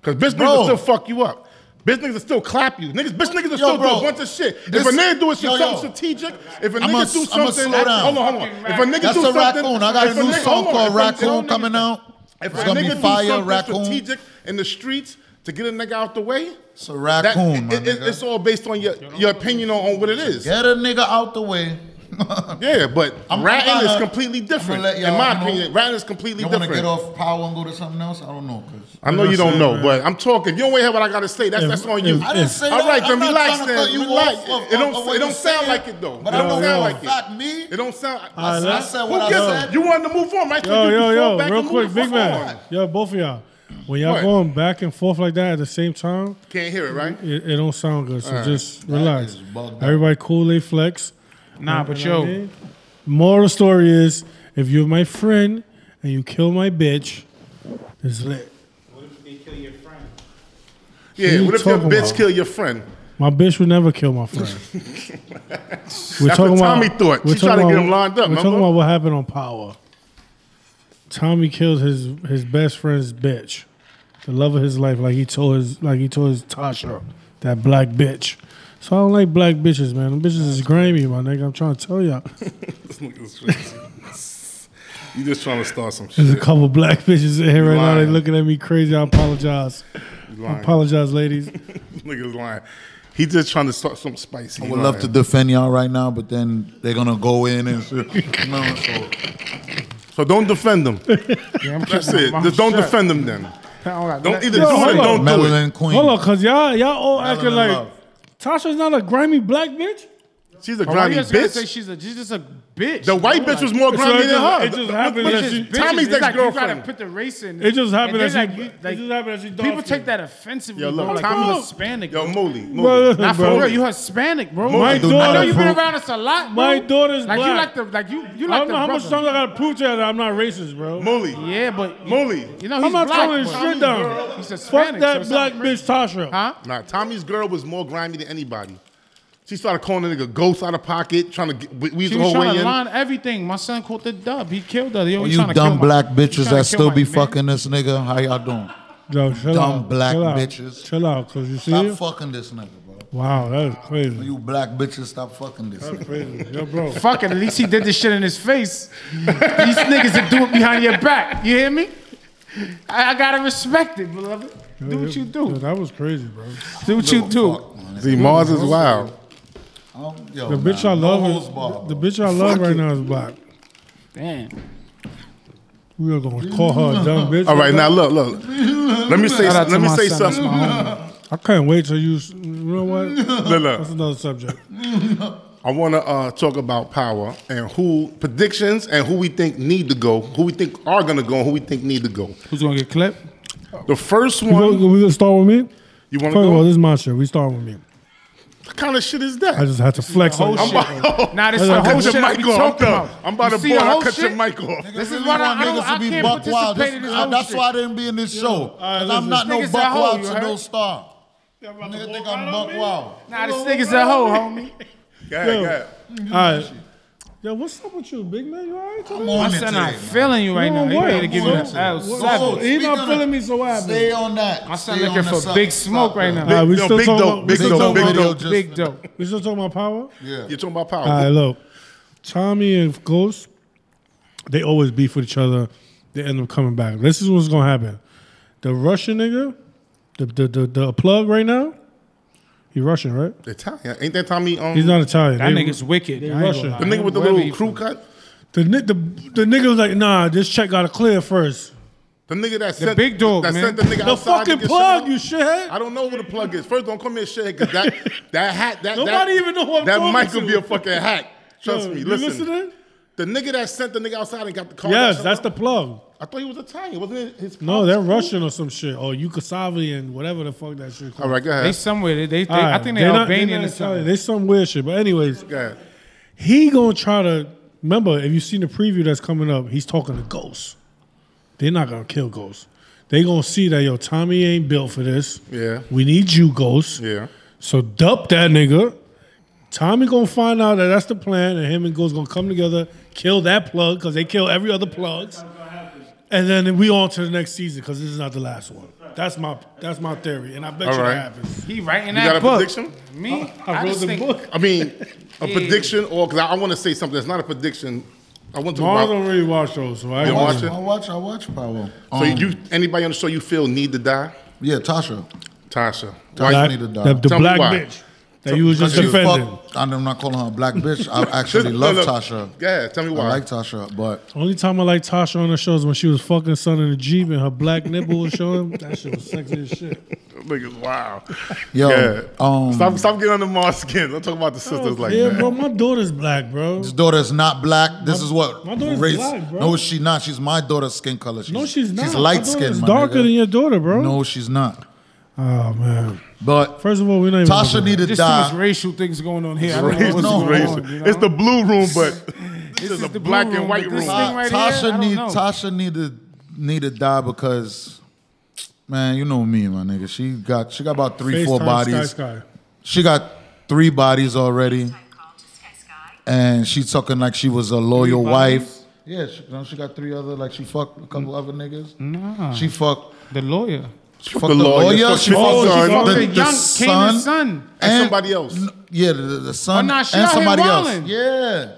Speaker 4: Because bitch
Speaker 1: Bro.
Speaker 4: niggas still fuck you up. Bitch niggas will still clap you. Niggas, bitch niggas will
Speaker 1: Yo,
Speaker 4: still do
Speaker 1: bro.
Speaker 4: a bunch of shit. If
Speaker 1: This-
Speaker 4: a nigga do a shit,
Speaker 1: yo, yo.
Speaker 4: something strategic, if a nigga
Speaker 1: I'ma-
Speaker 4: do
Speaker 1: I'ma
Speaker 4: something,
Speaker 1: slow down.
Speaker 4: hold on, hold on. If a nigga
Speaker 1: That's
Speaker 4: do
Speaker 1: a
Speaker 4: something,
Speaker 1: raccoon. I got a
Speaker 4: if
Speaker 1: new
Speaker 4: nigga-
Speaker 1: song
Speaker 4: hold on,
Speaker 1: called
Speaker 4: if a nigga-
Speaker 1: Raccoon coming out.
Speaker 4: If
Speaker 1: It's
Speaker 4: a
Speaker 1: gonna
Speaker 4: nigga
Speaker 1: be
Speaker 4: do
Speaker 1: fire,
Speaker 4: something
Speaker 1: raccoon.
Speaker 4: strategic in the streets to get a nigga out the way,
Speaker 1: It's a raccoon,
Speaker 4: that,
Speaker 1: my
Speaker 4: it- it-
Speaker 1: nigga.
Speaker 4: it's all based on your, your opinion on, on what it is.
Speaker 1: Get a nigga out the way. [laughs]
Speaker 4: Yeah, but
Speaker 1: I'm-
Speaker 4: ratting
Speaker 1: I'm
Speaker 4: is
Speaker 1: gonna-
Speaker 4: completely different.
Speaker 1: I'm gonna let
Speaker 4: In
Speaker 1: y'all
Speaker 4: my
Speaker 1: know.
Speaker 4: opinion, ratting is completely
Speaker 1: You want to
Speaker 4: different.
Speaker 1: get off power and go to something else? I don't know, cause
Speaker 4: I
Speaker 2: You know
Speaker 4: know you
Speaker 2: what
Speaker 4: don't
Speaker 2: I'm
Speaker 4: know,
Speaker 2: saying,
Speaker 4: but I'm talking. If you don't have what I gotta say, that's
Speaker 2: If-
Speaker 4: that's on you.
Speaker 2: if-
Speaker 1: I didn't say
Speaker 4: All
Speaker 1: that.
Speaker 4: right,
Speaker 1: I'm
Speaker 4: then
Speaker 1: not
Speaker 4: relax
Speaker 1: trying to
Speaker 4: then.
Speaker 1: cut you
Speaker 4: Relax.
Speaker 1: off of-
Speaker 4: It
Speaker 1: of
Speaker 4: don't
Speaker 1: what
Speaker 4: it don't
Speaker 1: you
Speaker 4: sound
Speaker 1: said,
Speaker 4: like it though.
Speaker 1: but
Speaker 4: it
Speaker 1: I
Speaker 4: don't
Speaker 1: know
Speaker 4: sound
Speaker 1: you
Speaker 4: like
Speaker 1: got
Speaker 4: it.
Speaker 1: me.
Speaker 4: It don't sound.
Speaker 1: I
Speaker 2: let-
Speaker 1: said
Speaker 4: Who
Speaker 1: what I
Speaker 4: gives-
Speaker 1: said.
Speaker 4: You wanted to move on, right?
Speaker 2: Yo,
Speaker 4: you
Speaker 2: yo,
Speaker 4: can fall
Speaker 2: yo,
Speaker 4: back
Speaker 2: real
Speaker 4: and
Speaker 2: quick,
Speaker 4: move
Speaker 2: big man.
Speaker 4: forward.
Speaker 2: Yo, both of y'all. When y'all
Speaker 4: What?
Speaker 2: going back and forth like that at the same time,
Speaker 4: Can't hear it, right?
Speaker 2: it, it don't sound good. So just relax.
Speaker 1: is bugged out.
Speaker 2: Everybody cool, they flex.
Speaker 3: Nah, but
Speaker 2: You know what I
Speaker 3: yo,
Speaker 2: mean? Moral story is if you're my friend and you kill my bitch, it's lit.
Speaker 4: Yeah.
Speaker 2: you
Speaker 4: What if your
Speaker 2: talking
Speaker 4: bitch
Speaker 2: about?
Speaker 4: kill your friend? [laughs]
Speaker 2: My bitch would never kill my friend. we're
Speaker 4: That's what Tommy thought.
Speaker 2: we're
Speaker 4: She tried to
Speaker 2: talking
Speaker 4: get
Speaker 2: about-
Speaker 4: him lined up,
Speaker 2: We're talking
Speaker 4: remember?
Speaker 2: about what happened on Power. Tommy killed his his best friend's bitch, the love of his life. Like he told his like he told his Tasha, that black bitch. So I don't like black bitches, man. Them bitches is grimy, my nigga. I'm trying to tell y'all.
Speaker 4: This nigga's crazy.
Speaker 1: [laughs]
Speaker 4: You just trying to start some
Speaker 2: There's a
Speaker 4: shit.
Speaker 2: couple black [laughs] bitches in here right now. They
Speaker 4: lying.
Speaker 2: looking at me crazy. I apologize.
Speaker 4: He's
Speaker 2: I
Speaker 4: lying.
Speaker 2: apologize, ladies.
Speaker 4: This Nigga's lying. He just trying to start some spicy.
Speaker 1: I would love to defend y'all right now, but then they're gonna go in and shit. no,
Speaker 2: [laughs]
Speaker 1: so
Speaker 4: So don't defend them.
Speaker 3: [laughs] yeah, I'm
Speaker 4: That's
Speaker 3: keeping
Speaker 4: it.
Speaker 3: my mouth
Speaker 4: Just don't
Speaker 3: shut.
Speaker 4: defend them then.
Speaker 3: I don't got
Speaker 4: Don't
Speaker 3: nothing.
Speaker 4: either
Speaker 2: Yo,
Speaker 4: do it or
Speaker 2: hold
Speaker 4: don't do it.
Speaker 1: Melanin Queen.
Speaker 2: Hold on, cause y'all y'all all
Speaker 1: Melon
Speaker 2: acting
Speaker 1: in
Speaker 2: like
Speaker 1: love.
Speaker 2: Tasha's not a grimy black bitch.
Speaker 4: She's a
Speaker 3: Why you
Speaker 4: grimy
Speaker 3: guys gotta
Speaker 4: bitch.
Speaker 3: say she's a she's just a bitch?
Speaker 4: The white bitch was more
Speaker 2: It's
Speaker 4: grimy
Speaker 2: like
Speaker 4: than
Speaker 2: it-
Speaker 4: her.
Speaker 2: it just
Speaker 4: The-
Speaker 2: happened
Speaker 4: but
Speaker 2: that
Speaker 4: she's
Speaker 2: she-
Speaker 4: bitch. Tommy's
Speaker 3: It's like
Speaker 4: ex-girlfriend.
Speaker 3: You gotta put the race in.
Speaker 2: It just happened that
Speaker 3: And then,
Speaker 2: she-
Speaker 3: you-
Speaker 2: it just happened that she
Speaker 3: People
Speaker 2: dark
Speaker 3: take
Speaker 2: skinned.
Speaker 3: that offensively.
Speaker 4: yo, look,
Speaker 3: bro. Like,
Speaker 4: Tommy
Speaker 3: you Hispanic.
Speaker 4: Yo,
Speaker 3: bro. [laughs]
Speaker 4: Mooley.
Speaker 2: Bro,
Speaker 4: Mooley.
Speaker 2: listen,
Speaker 3: Not for
Speaker 2: bro.
Speaker 3: real. You Hispanic, bro.
Speaker 1: I
Speaker 3: Like,
Speaker 1: do
Speaker 3: I
Speaker 1: not
Speaker 3: know you've been
Speaker 1: approve-
Speaker 3: around us a lot. Bro.
Speaker 2: My daughter's
Speaker 3: like you
Speaker 2: black.
Speaker 3: like the like you
Speaker 2: I
Speaker 3: you like
Speaker 2: don't
Speaker 3: the
Speaker 2: know how much
Speaker 3: brother.
Speaker 2: times I gotta prove to her that I'm not racist, bro.
Speaker 4: Mooley.
Speaker 3: Yeah, but
Speaker 4: Mooley.
Speaker 3: you know he's
Speaker 2: I'm not
Speaker 3: black.
Speaker 2: throwing
Speaker 3: but-
Speaker 2: shit down.
Speaker 3: He's
Speaker 2: Fuck
Speaker 3: Hispanic. so
Speaker 2: that
Speaker 3: it's
Speaker 2: black
Speaker 3: not-
Speaker 2: bitch Tasha.
Speaker 3: Huh?
Speaker 4: Nah, Tommy's girl was more grimy than anybody. She started calling the nigga ghost out of pocket, trying to get, we- weave
Speaker 3: She
Speaker 4: the whole
Speaker 3: was trying
Speaker 4: way
Speaker 3: to
Speaker 4: in.
Speaker 3: line everything. My son caught the dub. He killed her. Yo, he trying
Speaker 1: Oh, you
Speaker 3: to kill
Speaker 1: dumb
Speaker 3: my-
Speaker 1: black
Speaker 3: he
Speaker 1: bitches
Speaker 3: trying
Speaker 1: that
Speaker 3: to kill
Speaker 1: still
Speaker 3: my
Speaker 1: be
Speaker 3: man.
Speaker 1: fucking this nigga, how y'all doing?
Speaker 2: Yo, chill
Speaker 1: Dumb
Speaker 2: out.
Speaker 1: black
Speaker 2: chill out.
Speaker 1: bitches.
Speaker 2: Chill out, cause you see.
Speaker 1: Stop
Speaker 2: it?
Speaker 1: fucking this nigga, bro.
Speaker 2: Wow, that is crazy.
Speaker 1: You black bitches, stop fucking this
Speaker 2: [laughs]
Speaker 1: nigga.
Speaker 2: Crazy. Yo, bro.
Speaker 3: Fuck it. At least he did this shit in his face. These niggas that do it behind your back. You hear me? I, I gotta respect it, beloved. Do what you
Speaker 2: Yo,
Speaker 3: do.
Speaker 2: that was crazy, bro.
Speaker 3: Do what you do.
Speaker 1: Fuck, man.
Speaker 4: See, Mars is wild.
Speaker 1: I'm- yo,
Speaker 2: The bitch
Speaker 1: nah,
Speaker 2: I love,
Speaker 1: no
Speaker 2: is,
Speaker 1: holds barred,
Speaker 2: the
Speaker 1: bro.
Speaker 2: bitch I love right now is black.
Speaker 3: Damn.
Speaker 2: We are gonna call her a dumb bitch.
Speaker 1: [laughs]
Speaker 4: All right, now look, look. Let me say.
Speaker 3: Shout out to
Speaker 4: Let me
Speaker 3: my
Speaker 4: say
Speaker 3: son,
Speaker 4: something.
Speaker 3: that's
Speaker 2: I
Speaker 3: my
Speaker 2: can't wait till you. s- You
Speaker 1: [laughs]
Speaker 2: know what?
Speaker 4: No, no.
Speaker 2: That's another subject.
Speaker 4: I want to uh, talk about power and who predictions and who we think need to go, who we think are going to go, and who we think need to go.
Speaker 3: Who's gonna get clipped?
Speaker 4: The first
Speaker 2: You go,
Speaker 4: one,
Speaker 2: we gonna start with me?
Speaker 4: you
Speaker 2: First
Speaker 4: want to
Speaker 2: of all,
Speaker 4: go?
Speaker 2: this is my shit. We start with me.
Speaker 4: What kind of shit is
Speaker 2: I
Speaker 4: that?
Speaker 2: just had to flex on
Speaker 3: Whole
Speaker 2: you.
Speaker 4: [laughs]
Speaker 3: shit. bro. Nah, this is the
Speaker 2: I cut
Speaker 3: whole
Speaker 4: Cut your
Speaker 3: shit. I
Speaker 4: mic
Speaker 3: be
Speaker 4: off. I'm,
Speaker 3: talking
Speaker 4: done.
Speaker 3: about.
Speaker 4: I'm about
Speaker 3: You
Speaker 4: to
Speaker 3: see
Speaker 4: boil.
Speaker 3: the
Speaker 4: I
Speaker 3: whole
Speaker 4: cut your
Speaker 3: shit?
Speaker 4: mic off.
Speaker 3: This is
Speaker 1: really
Speaker 3: why I-
Speaker 1: want
Speaker 3: I don't-
Speaker 1: niggas
Speaker 3: I
Speaker 1: to be
Speaker 3: can't
Speaker 1: buck wild.
Speaker 3: participate in
Speaker 1: This-
Speaker 3: this
Speaker 1: I-
Speaker 3: whole
Speaker 1: that's
Speaker 3: shit.
Speaker 1: why I didn't be in this show. 'Cause I'm
Speaker 2: listen.
Speaker 1: not no
Speaker 3: Niggas a
Speaker 1: buck
Speaker 3: hoe,
Speaker 1: wild
Speaker 3: you
Speaker 1: to
Speaker 3: heard?
Speaker 1: no star. Niggas think I'm buck wild.
Speaker 3: Nah, this nigga's a hoe, homie.
Speaker 4: Go ahead, go ahead.
Speaker 2: All right. Yo, what's up with you, big man? You all right? today?
Speaker 1: on
Speaker 3: My
Speaker 1: it
Speaker 3: son
Speaker 1: today,
Speaker 3: not
Speaker 1: man.
Speaker 3: feeling you right now. He
Speaker 2: what?
Speaker 3: ready to give you an L
Speaker 2: What? Oh,
Speaker 1: So,
Speaker 3: seven.
Speaker 2: He not
Speaker 1: speak on
Speaker 2: feeling
Speaker 1: it.
Speaker 2: me, so what happened?
Speaker 1: Stay on that.
Speaker 3: My son
Speaker 1: Stay
Speaker 3: looking
Speaker 1: on the
Speaker 3: for
Speaker 1: sub-
Speaker 3: big smoke
Speaker 1: sub-
Speaker 3: right now.
Speaker 2: All right, we
Speaker 4: Yo,
Speaker 2: still
Speaker 4: big
Speaker 2: talking
Speaker 4: dope,
Speaker 2: about,
Speaker 4: big
Speaker 2: we still
Speaker 4: dope,
Speaker 2: talking
Speaker 1: big
Speaker 2: about,
Speaker 1: dope.
Speaker 3: Dope,
Speaker 1: just-
Speaker 3: big dope.
Speaker 2: we still talking about power.
Speaker 1: Yeah.
Speaker 4: You're talking about power.
Speaker 2: All right, look, Tommy and Ghost, they always beef with each other. They end up coming back. This is what's gonna happen. The Russian nigga, the the the, the plug right now, he Russian, right?
Speaker 4: Italian. Ain't that Tommy? Um,
Speaker 2: He's not Italian.
Speaker 3: That
Speaker 2: They-
Speaker 3: nigga's wicked. I ain't
Speaker 2: Russian.
Speaker 3: gonna lie.
Speaker 4: the nigga with the
Speaker 3: Wherever
Speaker 4: little
Speaker 3: he
Speaker 4: crew
Speaker 3: from.
Speaker 4: cut.
Speaker 2: the, ni- the the nigga was like, nah, this check gotta clear first.
Speaker 4: The nigga that sent
Speaker 3: big dog,
Speaker 4: that
Speaker 3: man.
Speaker 4: sent the nigga
Speaker 2: The
Speaker 4: outside to
Speaker 2: fucking
Speaker 4: get
Speaker 2: plug,
Speaker 4: shot.
Speaker 2: you shithead.
Speaker 4: I don't know who the plug is. First, don't call me a shithead because that that hat that
Speaker 2: Nobody
Speaker 4: that,
Speaker 2: even know who I'm
Speaker 4: that
Speaker 2: talking
Speaker 4: mic could
Speaker 2: to.
Speaker 4: be a fucking hack. Trust
Speaker 2: Yo,
Speaker 4: me.
Speaker 2: you
Speaker 4: Listen,
Speaker 2: listening?
Speaker 4: the nigga that sent the nigga outside and got the car.
Speaker 2: Yes,
Speaker 4: that-
Speaker 2: that's the plug.
Speaker 4: I thought he was Italian. Wasn't it his?
Speaker 2: No,
Speaker 4: pops?
Speaker 2: they're Russian or some shit, or Yugoslavian, whatever the fuck that shit.
Speaker 4: All right, go
Speaker 3: They
Speaker 4: ahead.
Speaker 3: somewhere. They, they, they I think they're,
Speaker 2: Alright, not-
Speaker 3: Albanian or
Speaker 2: they're not
Speaker 3: something.
Speaker 2: Italian. They some weird shit. But anyways,
Speaker 4: Go ahead.
Speaker 2: he gonna try to remember if you seen the preview that's coming up. He's talking to Ghost. They're not gonna kill Ghost. They gonna see that yo Tommy ain't built for this.
Speaker 4: Yeah.
Speaker 2: we need you, Ghost.
Speaker 4: Yeah.
Speaker 2: So dump that nigga. Tommy gonna find out that that's the plan, and him and Ghost gonna come together, kill that plug because they kill every other plugs, and then we on to the next season because this is not the last one. That's my that's my theory, and I bet you
Speaker 4: Alright.
Speaker 2: that happens.
Speaker 3: He writing
Speaker 4: You
Speaker 3: that
Speaker 4: got a
Speaker 3: book.
Speaker 4: prediction?
Speaker 3: Me, I,
Speaker 2: I wrote
Speaker 3: just
Speaker 2: the
Speaker 4: [laughs]
Speaker 3: think
Speaker 2: book.
Speaker 4: I mean, a prediction or because I, want to say something that's not a prediction. I want to. talk
Speaker 2: Mars
Speaker 4: about-
Speaker 2: don't really watch those, so I
Speaker 4: You
Speaker 2: ain't
Speaker 4: watch
Speaker 2: gonna-
Speaker 4: it?
Speaker 1: I watch. I watch Power.
Speaker 4: So
Speaker 1: Um,
Speaker 4: you, anybody on the show you feel need to die?
Speaker 1: yeah, Tasha.
Speaker 4: Tasha.
Speaker 1: Tasha
Speaker 2: Black-
Speaker 1: need to die.
Speaker 2: the, the
Speaker 4: Tell me
Speaker 2: black
Speaker 4: why.
Speaker 2: bitch that you was just
Speaker 1: She
Speaker 2: defending.
Speaker 1: fuck- I'm not calling her a black bitch. I
Speaker 4: [laughs] No,
Speaker 1: actually love
Speaker 4: no.
Speaker 1: Tasha.
Speaker 4: Yeah, tell me why.
Speaker 1: I like Tasha, but
Speaker 2: Only time I liked Tasha on the show is when she was fucking son in the Jeep and her black nipple was showing. That shit was sexy as shit.
Speaker 4: Niggas, wow.
Speaker 1: yo,
Speaker 4: Yeah.
Speaker 1: um,
Speaker 4: Stop, stop getting under Mars' skin. I'm talking about the sisters like
Speaker 2: Oh, yeah,
Speaker 4: that.
Speaker 2: bro, my daughter's black, bro.
Speaker 1: His daughter's not black. This is what
Speaker 2: my daughter's
Speaker 1: race.
Speaker 2: black, bro.
Speaker 1: No, she's not. She's my daughter's skin color. She's,
Speaker 2: No, she's not.
Speaker 1: She's
Speaker 2: My
Speaker 1: light
Speaker 2: daughter's
Speaker 1: skinned. my
Speaker 2: darker
Speaker 1: nigga.
Speaker 2: than your daughter, bro.
Speaker 1: No, she's not.
Speaker 2: Oh man.
Speaker 1: But
Speaker 2: First of all, we not even.
Speaker 1: Tasha
Speaker 2: gonna-
Speaker 1: needed to
Speaker 3: There's too much
Speaker 1: die.
Speaker 3: racial things going on here. I don't know
Speaker 4: Race-
Speaker 1: Racial-
Speaker 3: what's
Speaker 1: No.
Speaker 3: going
Speaker 4: race-
Speaker 3: on. You know?
Speaker 4: It's the blue room, but this is
Speaker 3: is
Speaker 4: a
Speaker 3: the blue
Speaker 4: black and
Speaker 3: room,
Speaker 4: white
Speaker 3: but this
Speaker 4: room.
Speaker 3: thing right here, I
Speaker 1: Tasha
Speaker 3: don't
Speaker 1: need
Speaker 3: know.
Speaker 1: Tasha needed needed to die because man, you know me, my nigga. She got she got about three, four
Speaker 2: FaceTime
Speaker 1: bodies.
Speaker 2: Sky Sky.
Speaker 1: She got three bodies already. and she talking like she was a loyal wife. Yeah, she, no, she got three other like she fucked a couple other niggas. Nah, she fucked.
Speaker 3: The lawyer.
Speaker 1: She fucked the
Speaker 4: the lawyer,
Speaker 1: lawyer.
Speaker 4: fucked
Speaker 1: She
Speaker 4: the
Speaker 1: fucked, the-
Speaker 4: son, fucked
Speaker 1: the,
Speaker 4: the
Speaker 1: the
Speaker 3: young
Speaker 1: son,
Speaker 3: Canaan's son.
Speaker 4: And somebody else.
Speaker 1: n- Yeah, the, the son
Speaker 3: Oh, nah, she
Speaker 1: and
Speaker 3: out here
Speaker 1: somebody else.
Speaker 3: wildin'.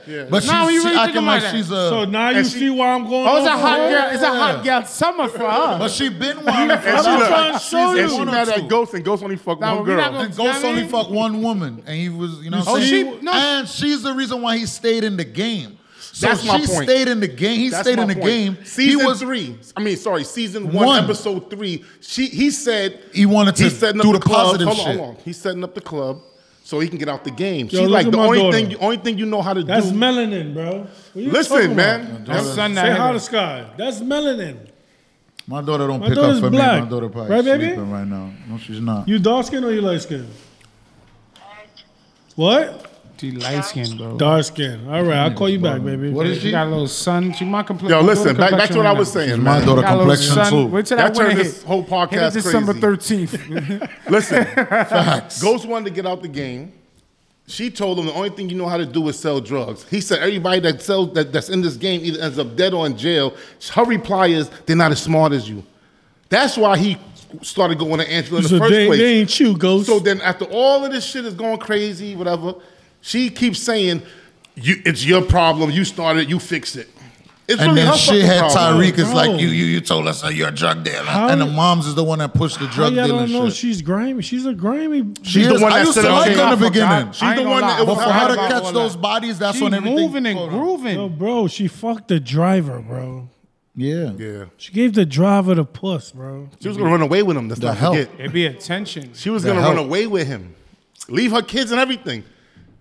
Speaker 1: Yeah, but she,
Speaker 3: Nah, when you
Speaker 1: she
Speaker 3: really think
Speaker 1: acting
Speaker 3: about
Speaker 1: like
Speaker 3: that.
Speaker 1: she's a.
Speaker 2: So now you
Speaker 4: And she-
Speaker 2: see why I'm going.
Speaker 3: Oh, it's a
Speaker 2: over
Speaker 3: hot
Speaker 2: there?
Speaker 3: girl. It's a hot girl summer for her.
Speaker 1: but she
Speaker 3: [laughs]
Speaker 1: been wilding for
Speaker 4: And she,
Speaker 1: a long
Speaker 4: look,
Speaker 1: time.
Speaker 2: show
Speaker 1: She's
Speaker 4: and she
Speaker 1: one or
Speaker 4: mad
Speaker 1: two.
Speaker 4: at Ghost, and Ghost only fucked
Speaker 3: Nah,
Speaker 4: one
Speaker 3: we're not
Speaker 4: girl.
Speaker 3: gonna-
Speaker 1: And Ghost
Speaker 3: You know what I
Speaker 1: only
Speaker 3: mean?
Speaker 1: fucked one woman, and he was, you know, what I'm
Speaker 3: Oh,
Speaker 1: saying?
Speaker 3: she- no.
Speaker 1: and she's the reason why he stayed in the game. So
Speaker 4: That's my
Speaker 1: she
Speaker 4: point.
Speaker 1: stayed in the game. He
Speaker 4: That's
Speaker 1: stayed
Speaker 4: my
Speaker 1: in the
Speaker 4: point.
Speaker 1: game.
Speaker 4: Season
Speaker 1: he was,
Speaker 4: three. I mean, sorry, season one,
Speaker 1: One.
Speaker 4: episode three. She he said
Speaker 1: He wanted to
Speaker 4: he's setting up
Speaker 1: do
Speaker 4: the,
Speaker 1: the
Speaker 4: club.
Speaker 1: positive
Speaker 4: hold on,
Speaker 1: shit.
Speaker 4: hold on. He's setting up the club so he can get out the game. She's
Speaker 2: look
Speaker 4: like
Speaker 2: at
Speaker 4: the
Speaker 2: my
Speaker 4: only
Speaker 2: daughter.
Speaker 4: thing, you, only thing you know how to
Speaker 2: That's
Speaker 4: do.
Speaker 2: melanin, bro. What you talking
Speaker 4: Listen,
Speaker 2: about?
Speaker 4: man.
Speaker 3: That son that
Speaker 2: Say hi
Speaker 3: hit
Speaker 2: to
Speaker 3: her.
Speaker 2: Sky. That's melanin.
Speaker 1: My daughter don't
Speaker 2: My
Speaker 1: pick up
Speaker 2: daughter's
Speaker 1: for me.
Speaker 2: black.
Speaker 1: My daughter probably
Speaker 2: Right, baby?
Speaker 1: sleeping right now. No, she's not.
Speaker 2: You dark skin or you light skin? What?
Speaker 3: She light skinned, bro.
Speaker 2: Dark skin. All right, I'll call you back, baby.
Speaker 1: What is
Speaker 3: She
Speaker 1: she?
Speaker 3: got a little sun. She my complexion.
Speaker 4: Yo,
Speaker 3: my
Speaker 4: listen,
Speaker 3: daughter
Speaker 4: back, back
Speaker 3: complexion
Speaker 4: to what I
Speaker 3: right
Speaker 4: was
Speaker 3: now.
Speaker 4: saying,
Speaker 1: My
Speaker 4: man.
Speaker 1: daughter
Speaker 3: Got a little
Speaker 1: complexion
Speaker 3: sun.
Speaker 1: too.
Speaker 3: Wait till
Speaker 4: Y'all
Speaker 3: that winter
Speaker 4: turned this
Speaker 3: hit.
Speaker 4: whole
Speaker 3: Hit it
Speaker 4: podcast
Speaker 3: December
Speaker 4: crazy.
Speaker 3: 13th.
Speaker 4: Listen,
Speaker 1: Facts.
Speaker 4: Ghost wanted to get out the game. She told him the only thing you know how to do is sell drugs. He said everybody that sells that, that's in this game either ends up dead or in jail. Her reply is they're not as smart as you. That's why he started going to Angela in the
Speaker 2: So
Speaker 4: first
Speaker 2: they,
Speaker 4: place.
Speaker 2: they ain't you, Ghost.
Speaker 4: So then, after all of this shit is going crazy, whatever, she keeps saying, you, "It's your problem. You started. You fix it." It's
Speaker 1: and
Speaker 4: really
Speaker 1: then
Speaker 4: her fucking
Speaker 1: shithead
Speaker 4: problem.
Speaker 1: Tyreek is
Speaker 2: Bro.
Speaker 1: like, you, you, you told us that you're a drug dealer, and the
Speaker 2: you-
Speaker 1: moms is the one that pushed the
Speaker 2: How
Speaker 1: drug
Speaker 2: y'all
Speaker 1: dealer
Speaker 2: don't know
Speaker 1: shit.
Speaker 2: she's grimy? She's a grimy.
Speaker 1: She
Speaker 4: the
Speaker 1: is-
Speaker 4: one
Speaker 1: I
Speaker 4: that
Speaker 1: used
Speaker 4: said,
Speaker 1: to like
Speaker 4: okay,
Speaker 1: her
Speaker 4: I
Speaker 1: in the
Speaker 3: forgot.
Speaker 1: beginning,
Speaker 4: She's the one that it
Speaker 1: but
Speaker 4: was
Speaker 1: for
Speaker 4: I
Speaker 1: her to
Speaker 4: forgot
Speaker 1: catch those bodies, that's
Speaker 3: She
Speaker 1: when everything.
Speaker 3: moving and grooving.
Speaker 2: Yo, bro, she fucked the driver, bro.
Speaker 1: Yeah.
Speaker 4: Yeah.
Speaker 2: She gave the driver the puss, bro.
Speaker 4: She was gonna run away with him. Let's
Speaker 1: The
Speaker 4: not
Speaker 1: help.
Speaker 4: forget.
Speaker 3: It'd be attention.
Speaker 4: She was
Speaker 1: The
Speaker 4: gonna run
Speaker 1: help.
Speaker 4: away with him, leave her kids and everything,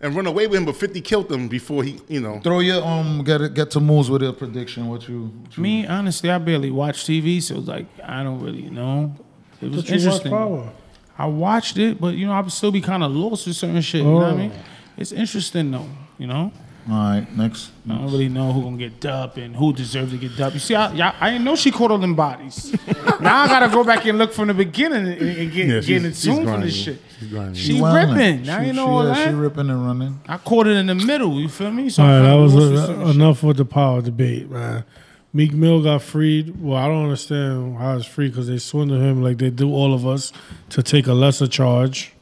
Speaker 4: and run away with him. But Fifty killed him before he, you know.
Speaker 1: Throw your um get it, get to moves with your prediction. What you? What you
Speaker 3: Me, honestly, I barely watch TV, so like I don't really know. It was
Speaker 2: But you watch
Speaker 3: interesting.
Speaker 2: Power.
Speaker 3: I watched it, but you know, I would still be kind of lost with certain shit. You know what I
Speaker 2: Oh.
Speaker 3: mean? It's interesting though. You know,
Speaker 1: All right, next.
Speaker 3: I don't really know who gonna get dubbed and who deserves to get dubbed. You see, I, yeah, I didn't know she caught all
Speaker 2: [laughs]
Speaker 3: them bodies. now I gotta go back and look from the beginning and, and get,
Speaker 4: Yeah,
Speaker 3: get
Speaker 4: she's-
Speaker 3: in
Speaker 4: she's
Speaker 3: tune for
Speaker 4: grinding.
Speaker 3: this shit.
Speaker 4: She's grinding.
Speaker 3: She
Speaker 1: wildin'.
Speaker 3: ripping. Now
Speaker 1: She-
Speaker 3: you know
Speaker 1: she,
Speaker 3: all
Speaker 1: yeah,
Speaker 3: that.
Speaker 1: She ripping and running.
Speaker 3: I caught it in the middle. You feel me? So
Speaker 2: All
Speaker 3: I
Speaker 2: right, that
Speaker 3: kinda
Speaker 2: was
Speaker 3: lost with
Speaker 2: a,
Speaker 3: certain shit.
Speaker 2: enough with the power debate, man. Meek Mill got freed. Well, I don't understand how it's free because they swindle him like they do all of us to take a lesser charge.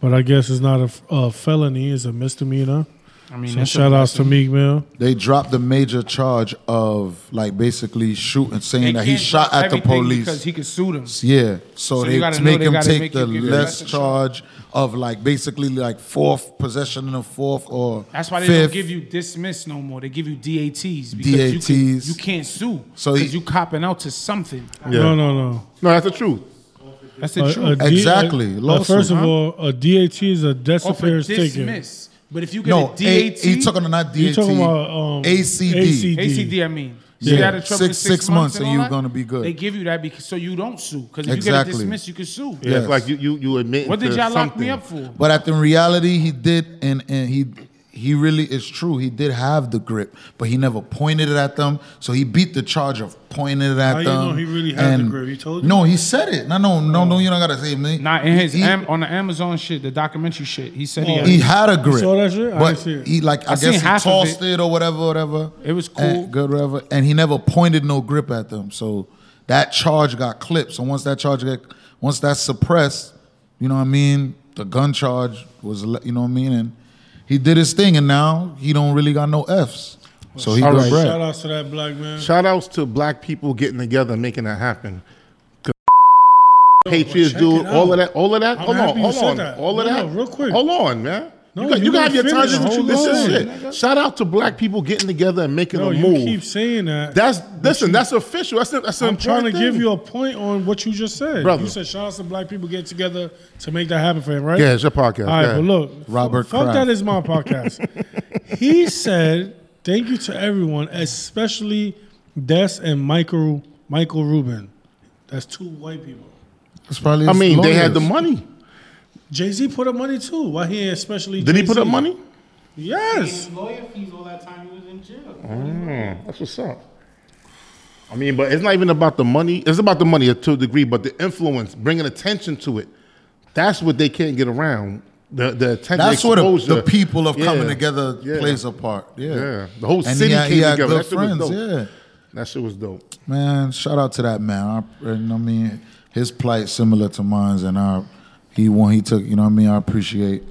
Speaker 2: But I guess it's not a, f- a felony; it's a misdemeanor.
Speaker 3: I mean,
Speaker 2: So
Speaker 3: that's a
Speaker 2: shout outs to
Speaker 3: blessing.
Speaker 2: Meek Mill.
Speaker 1: They dropped the major charge of like basically shooting, saying
Speaker 3: They
Speaker 1: that he
Speaker 3: can't
Speaker 1: shot
Speaker 3: drop
Speaker 1: at the
Speaker 3: everything
Speaker 1: police.
Speaker 3: because he could sue them.
Speaker 1: yeah, so,
Speaker 3: So you
Speaker 1: they
Speaker 3: gotta
Speaker 1: to
Speaker 3: know
Speaker 1: make
Speaker 3: they
Speaker 1: him
Speaker 3: gotta
Speaker 1: take
Speaker 3: make
Speaker 1: the
Speaker 3: you get
Speaker 1: less
Speaker 3: arrested.
Speaker 1: charge of like basically like fourth possession of fourth or
Speaker 3: That's why they
Speaker 1: fifth.
Speaker 3: don't give you dismiss no more. They give you DATs because You, can,
Speaker 1: DATs.
Speaker 3: you can't sue
Speaker 1: So
Speaker 3: because
Speaker 1: he-
Speaker 3: you copping out to something.
Speaker 2: No, no, no.
Speaker 4: No, that's the truth.
Speaker 3: That's the
Speaker 2: A- a
Speaker 3: truth.
Speaker 2: D-
Speaker 1: Exactly.
Speaker 2: a- a-
Speaker 1: Lawsuit,
Speaker 2: first of
Speaker 1: huh?
Speaker 2: all, a DAT is a
Speaker 3: Or for
Speaker 2: disappearance ticket.
Speaker 3: dismiss. But if you get
Speaker 1: no DAT.
Speaker 3: a DAT,
Speaker 1: he took on not DAT.
Speaker 2: You talking about um,
Speaker 1: ACD.
Speaker 3: ACD, I mean,
Speaker 1: Yeah.
Speaker 3: you got in trouble
Speaker 1: Six- six months and
Speaker 3: all
Speaker 1: you
Speaker 3: that,
Speaker 1: gonna be good.
Speaker 3: They give you that because so you don't sue because if
Speaker 1: Exactly.
Speaker 3: you get a dismiss, you can sue.
Speaker 4: Yeah,
Speaker 1: Yes.
Speaker 4: it's like you you you admit.
Speaker 3: What did
Speaker 4: to
Speaker 3: y'all lock
Speaker 4: something.
Speaker 3: me up for?
Speaker 1: But at the reality, he did, and and he he really is true. He did have the grip, but he never pointed it at them. So he beat the charge of pointing it at
Speaker 2: How you
Speaker 1: them.
Speaker 2: know he really had the
Speaker 1: and-
Speaker 2: grip? He told you?
Speaker 1: No, he said it. No, no, no, no. You don't gotta say it, man.
Speaker 3: Not in his
Speaker 1: He,
Speaker 3: Am- on the Amazon shit, the documentary shit. He said he, had,
Speaker 1: he had a grip.
Speaker 2: saw that shit? I
Speaker 1: But
Speaker 2: didn't see it.
Speaker 1: he like I,
Speaker 3: I seen
Speaker 1: guess he
Speaker 3: half of
Speaker 1: tossed it. or whatever, whatever.
Speaker 3: It was
Speaker 1: and-
Speaker 3: cool.
Speaker 1: good, whatever. And he never pointed no grip at them. So that charge got clipped. So once that charge got, once that's suppressed, you know what I mean. The gun charge was, le- you know what I mean. And he did his thing, and now he don't really got no Fs. So he
Speaker 4: All
Speaker 1: good
Speaker 4: right.
Speaker 1: bread.
Speaker 2: Shout outs to that black man.
Speaker 4: Shout outs to black people getting together and making that happen. 'Cause Patriots,
Speaker 2: check
Speaker 4: dude,
Speaker 2: it
Speaker 4: all of
Speaker 2: out.
Speaker 4: that, all of that.
Speaker 2: I'm
Speaker 4: hold on,
Speaker 2: happy you
Speaker 4: hold
Speaker 2: said
Speaker 4: on,
Speaker 2: that.
Speaker 4: all of
Speaker 2: No,
Speaker 4: that.
Speaker 2: no, real quick.
Speaker 4: Hold on, man.
Speaker 2: No,
Speaker 4: you got,
Speaker 2: you
Speaker 4: you got
Speaker 2: gotta
Speaker 4: your time.
Speaker 2: finish.
Speaker 4: This is
Speaker 2: Hold
Speaker 4: this is
Speaker 2: on,
Speaker 4: shit.
Speaker 2: nigga.
Speaker 4: Shout out to black people getting together and making
Speaker 2: No,
Speaker 4: a
Speaker 2: you
Speaker 4: move.
Speaker 2: keep saying that.
Speaker 4: that's listen. That's official. That's a, that's an
Speaker 2: I'm trying to
Speaker 4: important
Speaker 2: give
Speaker 4: thing.
Speaker 2: you a point on what you just said.
Speaker 4: Brother.
Speaker 2: You said shout outs to black people get together to make that happen for him, right?
Speaker 4: Yeah, it's your podcast.
Speaker 2: All right,
Speaker 4: Yeah.
Speaker 2: but look,
Speaker 1: Robert
Speaker 2: Fuck
Speaker 1: Kraft.
Speaker 2: that is my
Speaker 4: [laughs]
Speaker 2: podcast. he said thank you to everyone, especially Des and Michael Michael Rubin. That's two white people.
Speaker 1: It's probably.
Speaker 4: I
Speaker 1: his
Speaker 4: mean, they had the
Speaker 1: lawyers.
Speaker 4: money.
Speaker 2: Jay Z put up money too. Why he ain't especially?
Speaker 4: Did he put
Speaker 2: Jay-Z?
Speaker 4: up money?
Speaker 2: Yes.
Speaker 6: lawyer fees all that time he was in jail.
Speaker 4: That's what's up. I mean, but it's not even about the money. It's about the money to a degree, but the influence, bringing attention to it. That's what they can't get around. The the attention.
Speaker 1: That's what the,
Speaker 4: exposure.
Speaker 1: the people of
Speaker 4: Yeah.
Speaker 1: coming together
Speaker 4: Yeah.
Speaker 1: plays a part. Yeah.
Speaker 4: Yeah. The whole
Speaker 1: And he
Speaker 4: city
Speaker 1: had- he
Speaker 4: came
Speaker 1: had
Speaker 4: together.
Speaker 1: good
Speaker 4: That shit was
Speaker 1: friends,
Speaker 4: dope.
Speaker 1: yeah.
Speaker 4: That shit was dope.
Speaker 1: Man, shout out to that man. I, and I mean, his plight similar to mine's, and I, he won. He took. You know what I mean? I appreciate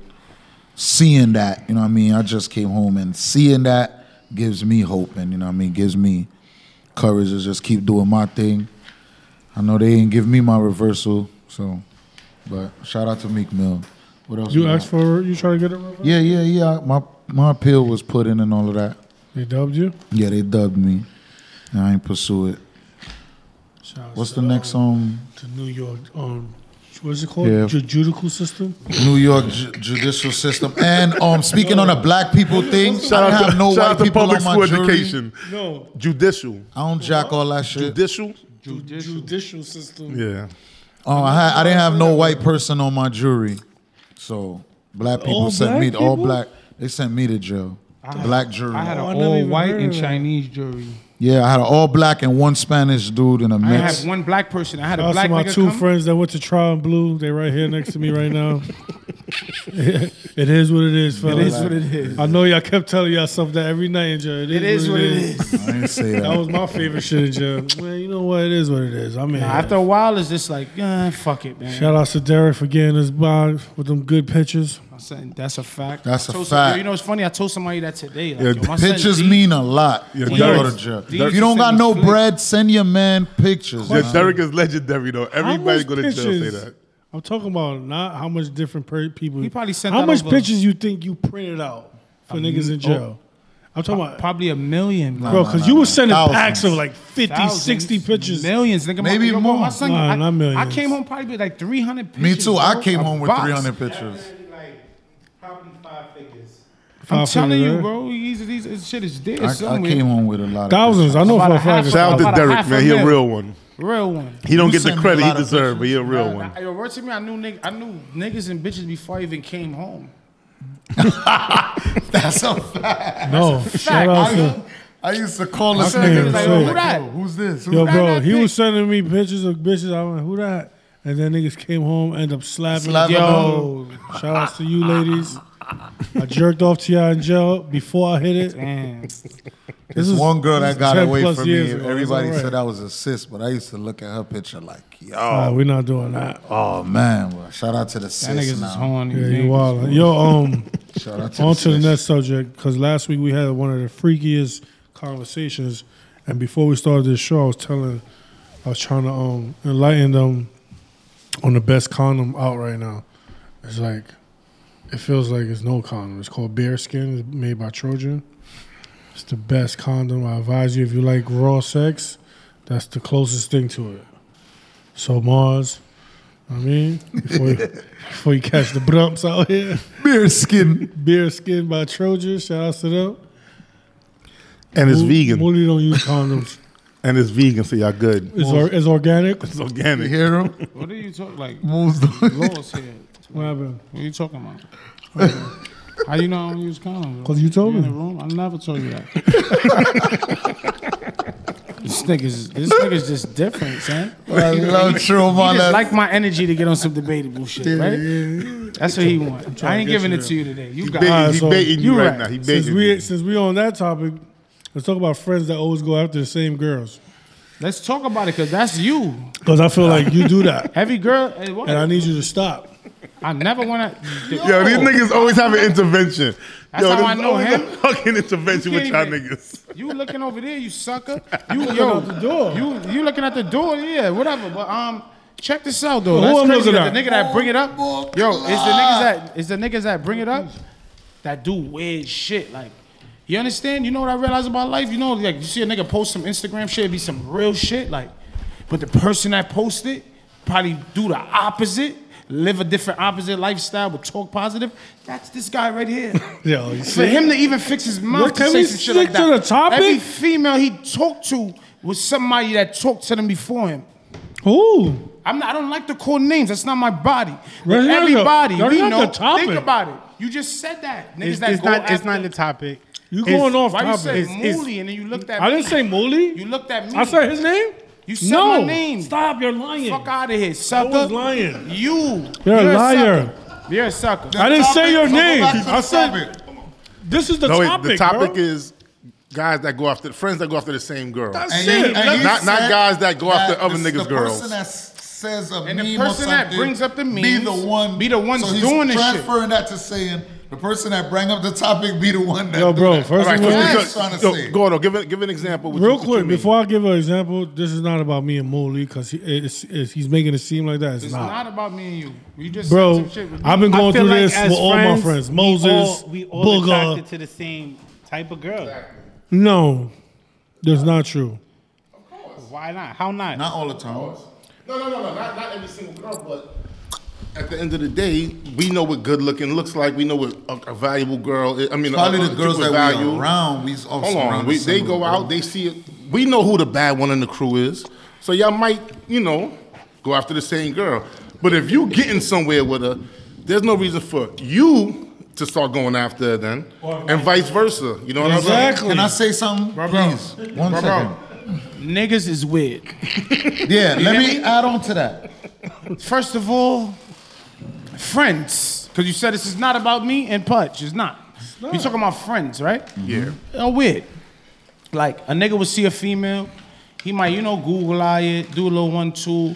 Speaker 1: seeing that. You know what I mean? I just came home and seeing that gives me hope, and you know what I mean? Gives me courage to just keep doing my thing. I know they didn't give me my reversal, so. But shout out to Meek Mill. What else?
Speaker 2: You
Speaker 1: we
Speaker 2: asked
Speaker 1: got?
Speaker 2: for you trying to get it. Robert?
Speaker 1: Yeah, yeah, yeah. My my appeal was put in and all of that.
Speaker 2: They dubbed you.
Speaker 1: Yeah, they dubbed me, and I ain't pursue it.
Speaker 2: Shout-outs
Speaker 1: What's
Speaker 2: to
Speaker 1: the next song?
Speaker 2: The New York um, what's it called?
Speaker 1: Yeah.
Speaker 2: Judicial system.
Speaker 1: New York ju- judicial system. And um, speaking on a black people thing, I have no white people on my jury.
Speaker 2: No,
Speaker 4: Judicial.
Speaker 1: I don't jack all that shit.
Speaker 4: Judicial.
Speaker 2: judicial, system.
Speaker 4: Yeah.
Speaker 1: Um, I, had, I didn't have no white person on my jury, so black people
Speaker 2: All
Speaker 1: sent
Speaker 2: black
Speaker 1: me all
Speaker 2: people?
Speaker 1: black. They sent me to jail. black jury.
Speaker 3: I had
Speaker 2: Oh, I
Speaker 3: an
Speaker 2: never
Speaker 3: all
Speaker 2: even
Speaker 3: white
Speaker 2: heard
Speaker 3: and
Speaker 2: of that.
Speaker 3: Chinese jury.
Speaker 1: yeah, I had an all black and one Spanish dude in a
Speaker 3: I
Speaker 1: mix.
Speaker 3: had one black person. I had a
Speaker 2: Also,
Speaker 3: black
Speaker 2: my
Speaker 3: nigga
Speaker 2: two
Speaker 3: come.
Speaker 2: friends that went to trial in blue, they right here next to me right
Speaker 3: [laughs]
Speaker 2: now. it is what it is, fellas.
Speaker 3: is what it is.
Speaker 2: I know y'all kept telling y'all stuff that every night in jail.
Speaker 3: It is what it is.
Speaker 1: I didn't
Speaker 3: [laughs]
Speaker 1: say
Speaker 2: That
Speaker 1: that.
Speaker 2: was my favorite shit in jail. Man, you know what? It is what it is. I mean,
Speaker 3: After a while, it's just like, eh, fuck it, man.
Speaker 2: shout out to Derek for getting us by with them good pictures.
Speaker 3: My son, that's a fact.
Speaker 1: That's
Speaker 3: I
Speaker 1: a
Speaker 3: told somebody-
Speaker 1: fact.
Speaker 3: you know, it's funny. I told somebody that today. Like,
Speaker 4: Yeah,
Speaker 3: yo, my son
Speaker 1: Pictures
Speaker 3: D-
Speaker 1: mean a lot. when you go to
Speaker 3: Dirk-
Speaker 1: jail.
Speaker 3: Dirk
Speaker 1: If you don't
Speaker 3: sent
Speaker 1: got
Speaker 3: me
Speaker 1: no
Speaker 3: flicks.
Speaker 1: bread, send your man pictures.
Speaker 4: Yeah,
Speaker 1: man.
Speaker 4: Derek is legendary though.
Speaker 2: How
Speaker 4: Everybody
Speaker 2: much
Speaker 4: go to jail say
Speaker 2: pictures-
Speaker 4: that.
Speaker 2: I'm talking about not how much different per- people.
Speaker 3: He probably sent
Speaker 2: How
Speaker 3: out
Speaker 2: much
Speaker 3: over- Um, oh.
Speaker 2: pictures you think you printed out for niggas in jail? I'm talking about,
Speaker 3: Probably a million, bro.
Speaker 2: bro, because you were sending
Speaker 1: Thousands.
Speaker 2: packs of like 50,
Speaker 3: Thousands,
Speaker 2: 60 pictures.
Speaker 3: millions. Nigga, my-
Speaker 1: Maybe
Speaker 3: yo, bro,
Speaker 1: more.
Speaker 3: My son,
Speaker 2: Nah,
Speaker 3: I,
Speaker 2: not millions.
Speaker 3: I came home probably with like three hundred.
Speaker 1: Me too. I came
Speaker 3: a
Speaker 1: home with
Speaker 3: box.
Speaker 1: 300 pictures.
Speaker 6: Really, like probably five figures.
Speaker 3: I'm
Speaker 2: Five
Speaker 3: telling
Speaker 2: figures,
Speaker 3: you,
Speaker 2: right?
Speaker 3: bro. These, these, this shit is dead
Speaker 1: I, I
Speaker 3: somewhere.
Speaker 1: came home with a lot of
Speaker 2: Thousands.
Speaker 3: [laughs]
Speaker 2: I know
Speaker 3: About
Speaker 2: for
Speaker 3: a
Speaker 2: a fact.
Speaker 3: half
Speaker 2: it's
Speaker 3: Shout out
Speaker 2: thousands.
Speaker 3: to- About a half a mil.
Speaker 4: one.
Speaker 3: Real one.
Speaker 4: He don't
Speaker 1: You
Speaker 4: get the
Speaker 1: sent me a
Speaker 4: credit he
Speaker 1: lot of
Speaker 4: deserves, but he a real one.
Speaker 3: I, yo, word to me, I knew nigg- I knew niggas and bitches before I even came home.
Speaker 1: pictures. That's a fact.
Speaker 2: No, shout out to.
Speaker 1: I used to call this
Speaker 2: can't
Speaker 1: nigga.
Speaker 2: even
Speaker 1: like,
Speaker 2: say
Speaker 1: "Yo,
Speaker 2: it.
Speaker 1: that? Who's this? Who's
Speaker 2: Yo,
Speaker 1: that?
Speaker 2: bro, he
Speaker 3: pic.
Speaker 2: was sending me pictures of bitches. I went, who that? And then niggas came home, end up slapping.
Speaker 1: Slapping
Speaker 2: Yo, shout outs to you ladies. I jerked off to y'all in jail before I hit it.
Speaker 3: [laughs] Damn.
Speaker 2: This is
Speaker 1: One girl that
Speaker 2: this is
Speaker 1: got
Speaker 2: 10
Speaker 1: away
Speaker 2: plus
Speaker 1: from
Speaker 2: years
Speaker 1: me.
Speaker 2: ago. It's
Speaker 1: Everybody
Speaker 2: all right.
Speaker 1: said I was a sis, but I used to look at her picture like, yo,
Speaker 2: Nah, we're not doing that.
Speaker 1: oh man. Well, shout out to the
Speaker 3: That
Speaker 1: sis.
Speaker 3: niggas is
Speaker 1: now.
Speaker 3: horny.
Speaker 2: Yeah,
Speaker 3: niggas.
Speaker 2: you wild. Yo, um,
Speaker 1: Shout out to
Speaker 2: on
Speaker 1: the
Speaker 2: to the
Speaker 1: sis.
Speaker 2: next subject because last week we had one of the freakiest conversations, and before we started this show, I was telling, I was trying to um enlighten them on the best condom out right now. It's like, it feels like it's no condom. It's called Bearskin. It's made by Trojan. It's the best condom. I advise you if you like raw sex, that's the closest thing to it. So Mars, I mean, before you, [laughs] before you catch the bumps out here.
Speaker 1: Beer skin.
Speaker 2: Beer Skin by Trojan. Shout out to them.
Speaker 4: And it's
Speaker 2: Mo-
Speaker 4: vegan.
Speaker 2: Moody don't
Speaker 4: [laughs]
Speaker 2: use condoms.
Speaker 4: And it's vegan, so y'all good.
Speaker 2: It's, or, it's organic.
Speaker 4: It's
Speaker 1: You
Speaker 4: organic.
Speaker 1: hear him?
Speaker 3: What are you talking like?
Speaker 1: Moves
Speaker 3: [laughs]
Speaker 1: the
Speaker 3: Laws here.
Speaker 2: What happened?
Speaker 3: What are you talking about? How you know I don't use condoms? bro?
Speaker 2: 'Cause you told
Speaker 3: in
Speaker 2: me.
Speaker 3: the room? I never told
Speaker 2: [laughs]
Speaker 3: you that. this nigga's this nigga's just different, son.
Speaker 1: I love True
Speaker 3: He just
Speaker 1: Mala.
Speaker 3: like my energy to get on some debatable shit, right? That's what he want. I ain't giving it to you today. You got
Speaker 4: Baiting-
Speaker 2: Alright,
Speaker 4: he
Speaker 2: so
Speaker 4: baiting you
Speaker 3: Uh, you
Speaker 4: right
Speaker 3: right.
Speaker 4: now. He baiting
Speaker 2: Since we
Speaker 4: you.
Speaker 2: since we on that topic, let's talk about friends that always go after the same girls.
Speaker 3: Let's talk about it because that's you.
Speaker 2: Because I feel like you
Speaker 4: [laughs]
Speaker 2: do that,
Speaker 3: Every girl, eh, what?
Speaker 2: and I need you to stop.
Speaker 3: I never Oh, want to.
Speaker 4: Yo, these niggas always have an intervention.
Speaker 3: That's
Speaker 4: Yo,
Speaker 3: how
Speaker 4: this
Speaker 3: I
Speaker 4: is
Speaker 3: know
Speaker 4: always
Speaker 3: him.
Speaker 4: a Fucking intervention with
Speaker 3: You
Speaker 4: y'all
Speaker 3: can't
Speaker 4: niggas.
Speaker 3: You looking over there, you sucker. You
Speaker 2: looking
Speaker 3: yo,
Speaker 2: out the door.
Speaker 3: You you looking at the door, yeah, whatever. But um, check this out though.
Speaker 2: Who
Speaker 3: That's
Speaker 2: I'm
Speaker 3: crazy.
Speaker 2: looking
Speaker 3: that
Speaker 2: at?
Speaker 3: The nigga that bring it up, yo, is the niggas that is the niggas that bring it up that do weird shit. Like, you understand? You know what I realized about life? You know, like you see a nigga post some Instagram shit, it be some real shit. Like, but the person that posted probably do the opposite. Live a different opposite lifestyle, but talk positive. That's this guy right here.
Speaker 2: Yo, you
Speaker 3: For
Speaker 2: see?
Speaker 3: him to even fix his mouth
Speaker 2: Look,
Speaker 3: to
Speaker 2: can
Speaker 3: say
Speaker 2: we
Speaker 3: some shit like
Speaker 2: stick
Speaker 3: that.
Speaker 2: to the topic?
Speaker 3: Every female he talked to was somebody that talked to them before him.
Speaker 2: Ooh,
Speaker 3: I'm not, I don't like to call names. That's not my body.
Speaker 2: That's
Speaker 3: Like
Speaker 2: not the-
Speaker 3: everybody,
Speaker 2: that's
Speaker 3: we
Speaker 2: not
Speaker 3: know.
Speaker 2: the topic.
Speaker 3: Think about it. You just said that. Niggas
Speaker 6: It's,
Speaker 3: that
Speaker 6: it's
Speaker 3: go
Speaker 6: not. It's
Speaker 3: after-
Speaker 6: not the topic.
Speaker 2: you
Speaker 6: It's-
Speaker 2: going off
Speaker 3: Why you
Speaker 2: topic?
Speaker 3: said
Speaker 6: It's- it's-
Speaker 3: Mooley and then you looked at
Speaker 2: I
Speaker 3: me?
Speaker 2: didn't say Mooley.
Speaker 3: You looked at me.
Speaker 2: I said his name.
Speaker 3: You said
Speaker 2: no,
Speaker 3: my name.
Speaker 2: Stop! You're lying.
Speaker 3: Fuck out of here,
Speaker 2: I
Speaker 3: sucker.
Speaker 2: was lying.
Speaker 3: You.
Speaker 2: You're a
Speaker 3: sucker.
Speaker 2: liar.
Speaker 3: You're a sucker.
Speaker 2: I didn't say your
Speaker 1: Go
Speaker 2: name.
Speaker 1: back to the
Speaker 2: I said
Speaker 1: topic.
Speaker 2: this is the
Speaker 4: No, wait,
Speaker 2: topic.
Speaker 4: the topic
Speaker 2: bro.
Speaker 4: is guys that go after friends that go after the same girl.
Speaker 2: That's
Speaker 1: And
Speaker 2: it.
Speaker 1: you- and you
Speaker 4: Not- not
Speaker 1: said
Speaker 4: guys that go after
Speaker 1: that
Speaker 4: other
Speaker 1: the-
Speaker 4: niggas'
Speaker 1: the
Speaker 4: girls.
Speaker 1: person that s- says a
Speaker 3: And the
Speaker 1: meme or
Speaker 3: person that
Speaker 1: something,
Speaker 3: brings up the
Speaker 1: be
Speaker 3: memes,
Speaker 1: the one,
Speaker 3: be the ones
Speaker 1: so he's
Speaker 3: doing this shit.
Speaker 1: Transferring that to saying the person that bring up the topic be the one that.
Speaker 2: Yo,
Speaker 1: do
Speaker 2: bro,
Speaker 1: that.
Speaker 2: first
Speaker 4: All right,
Speaker 2: of all,
Speaker 1: That's
Speaker 4: so,
Speaker 1: what I'm trying to
Speaker 4: so,
Speaker 1: say.
Speaker 4: Gordo, give, it, give an example. What you-
Speaker 2: Real
Speaker 4: what you
Speaker 2: quick,
Speaker 4: mean.
Speaker 2: before I give an example, this is not about me and Moley because it's, it's, he's making it seem like that. It's,
Speaker 3: It's
Speaker 2: not.
Speaker 3: not about me and you. You just
Speaker 2: Bro,
Speaker 3: said some shit with me.
Speaker 2: I've been
Speaker 6: I
Speaker 2: going
Speaker 6: feel
Speaker 2: through
Speaker 6: like
Speaker 2: this
Speaker 6: as
Speaker 2: with all my friends.
Speaker 6: friends,
Speaker 2: Moses,
Speaker 6: we all, we all
Speaker 2: Booger.
Speaker 6: attracted to the same type of girl.
Speaker 2: No, that's not true.
Speaker 6: Why not? How not?
Speaker 1: Not all the time.
Speaker 4: No, no, no, no, not, not every single girl, but at the end of the day, we know what good looking looks like. We know what a, a valuable girl. Is. I mean,
Speaker 1: Probably
Speaker 4: a,
Speaker 1: the girls that we around, we all
Speaker 4: Hold on,
Speaker 1: surround
Speaker 4: we,
Speaker 1: the
Speaker 4: they
Speaker 1: same
Speaker 4: go
Speaker 1: girl.
Speaker 4: out, they see it. We know who the bad one in the crew is, so y'all might, you know, go after the same girl. But if you getting somewhere with her, there's no reason for you to start going after her then, and vice versa. You know what I'm saying?
Speaker 2: Exactly.
Speaker 1: Can I say something,
Speaker 3: bro.
Speaker 1: please? One
Speaker 3: Bro,
Speaker 1: second.
Speaker 3: bro. Niggas is weird. [laughs]
Speaker 1: Yeah, let me add on to that.
Speaker 3: First of all, friends. Because you said this is not about me and Pudge. It's not. You're talking about friends, right?
Speaker 4: Yeah.
Speaker 3: Oh, weird. Like, a nigga will see a female. He might, you know, Google eye it, do a little one, two.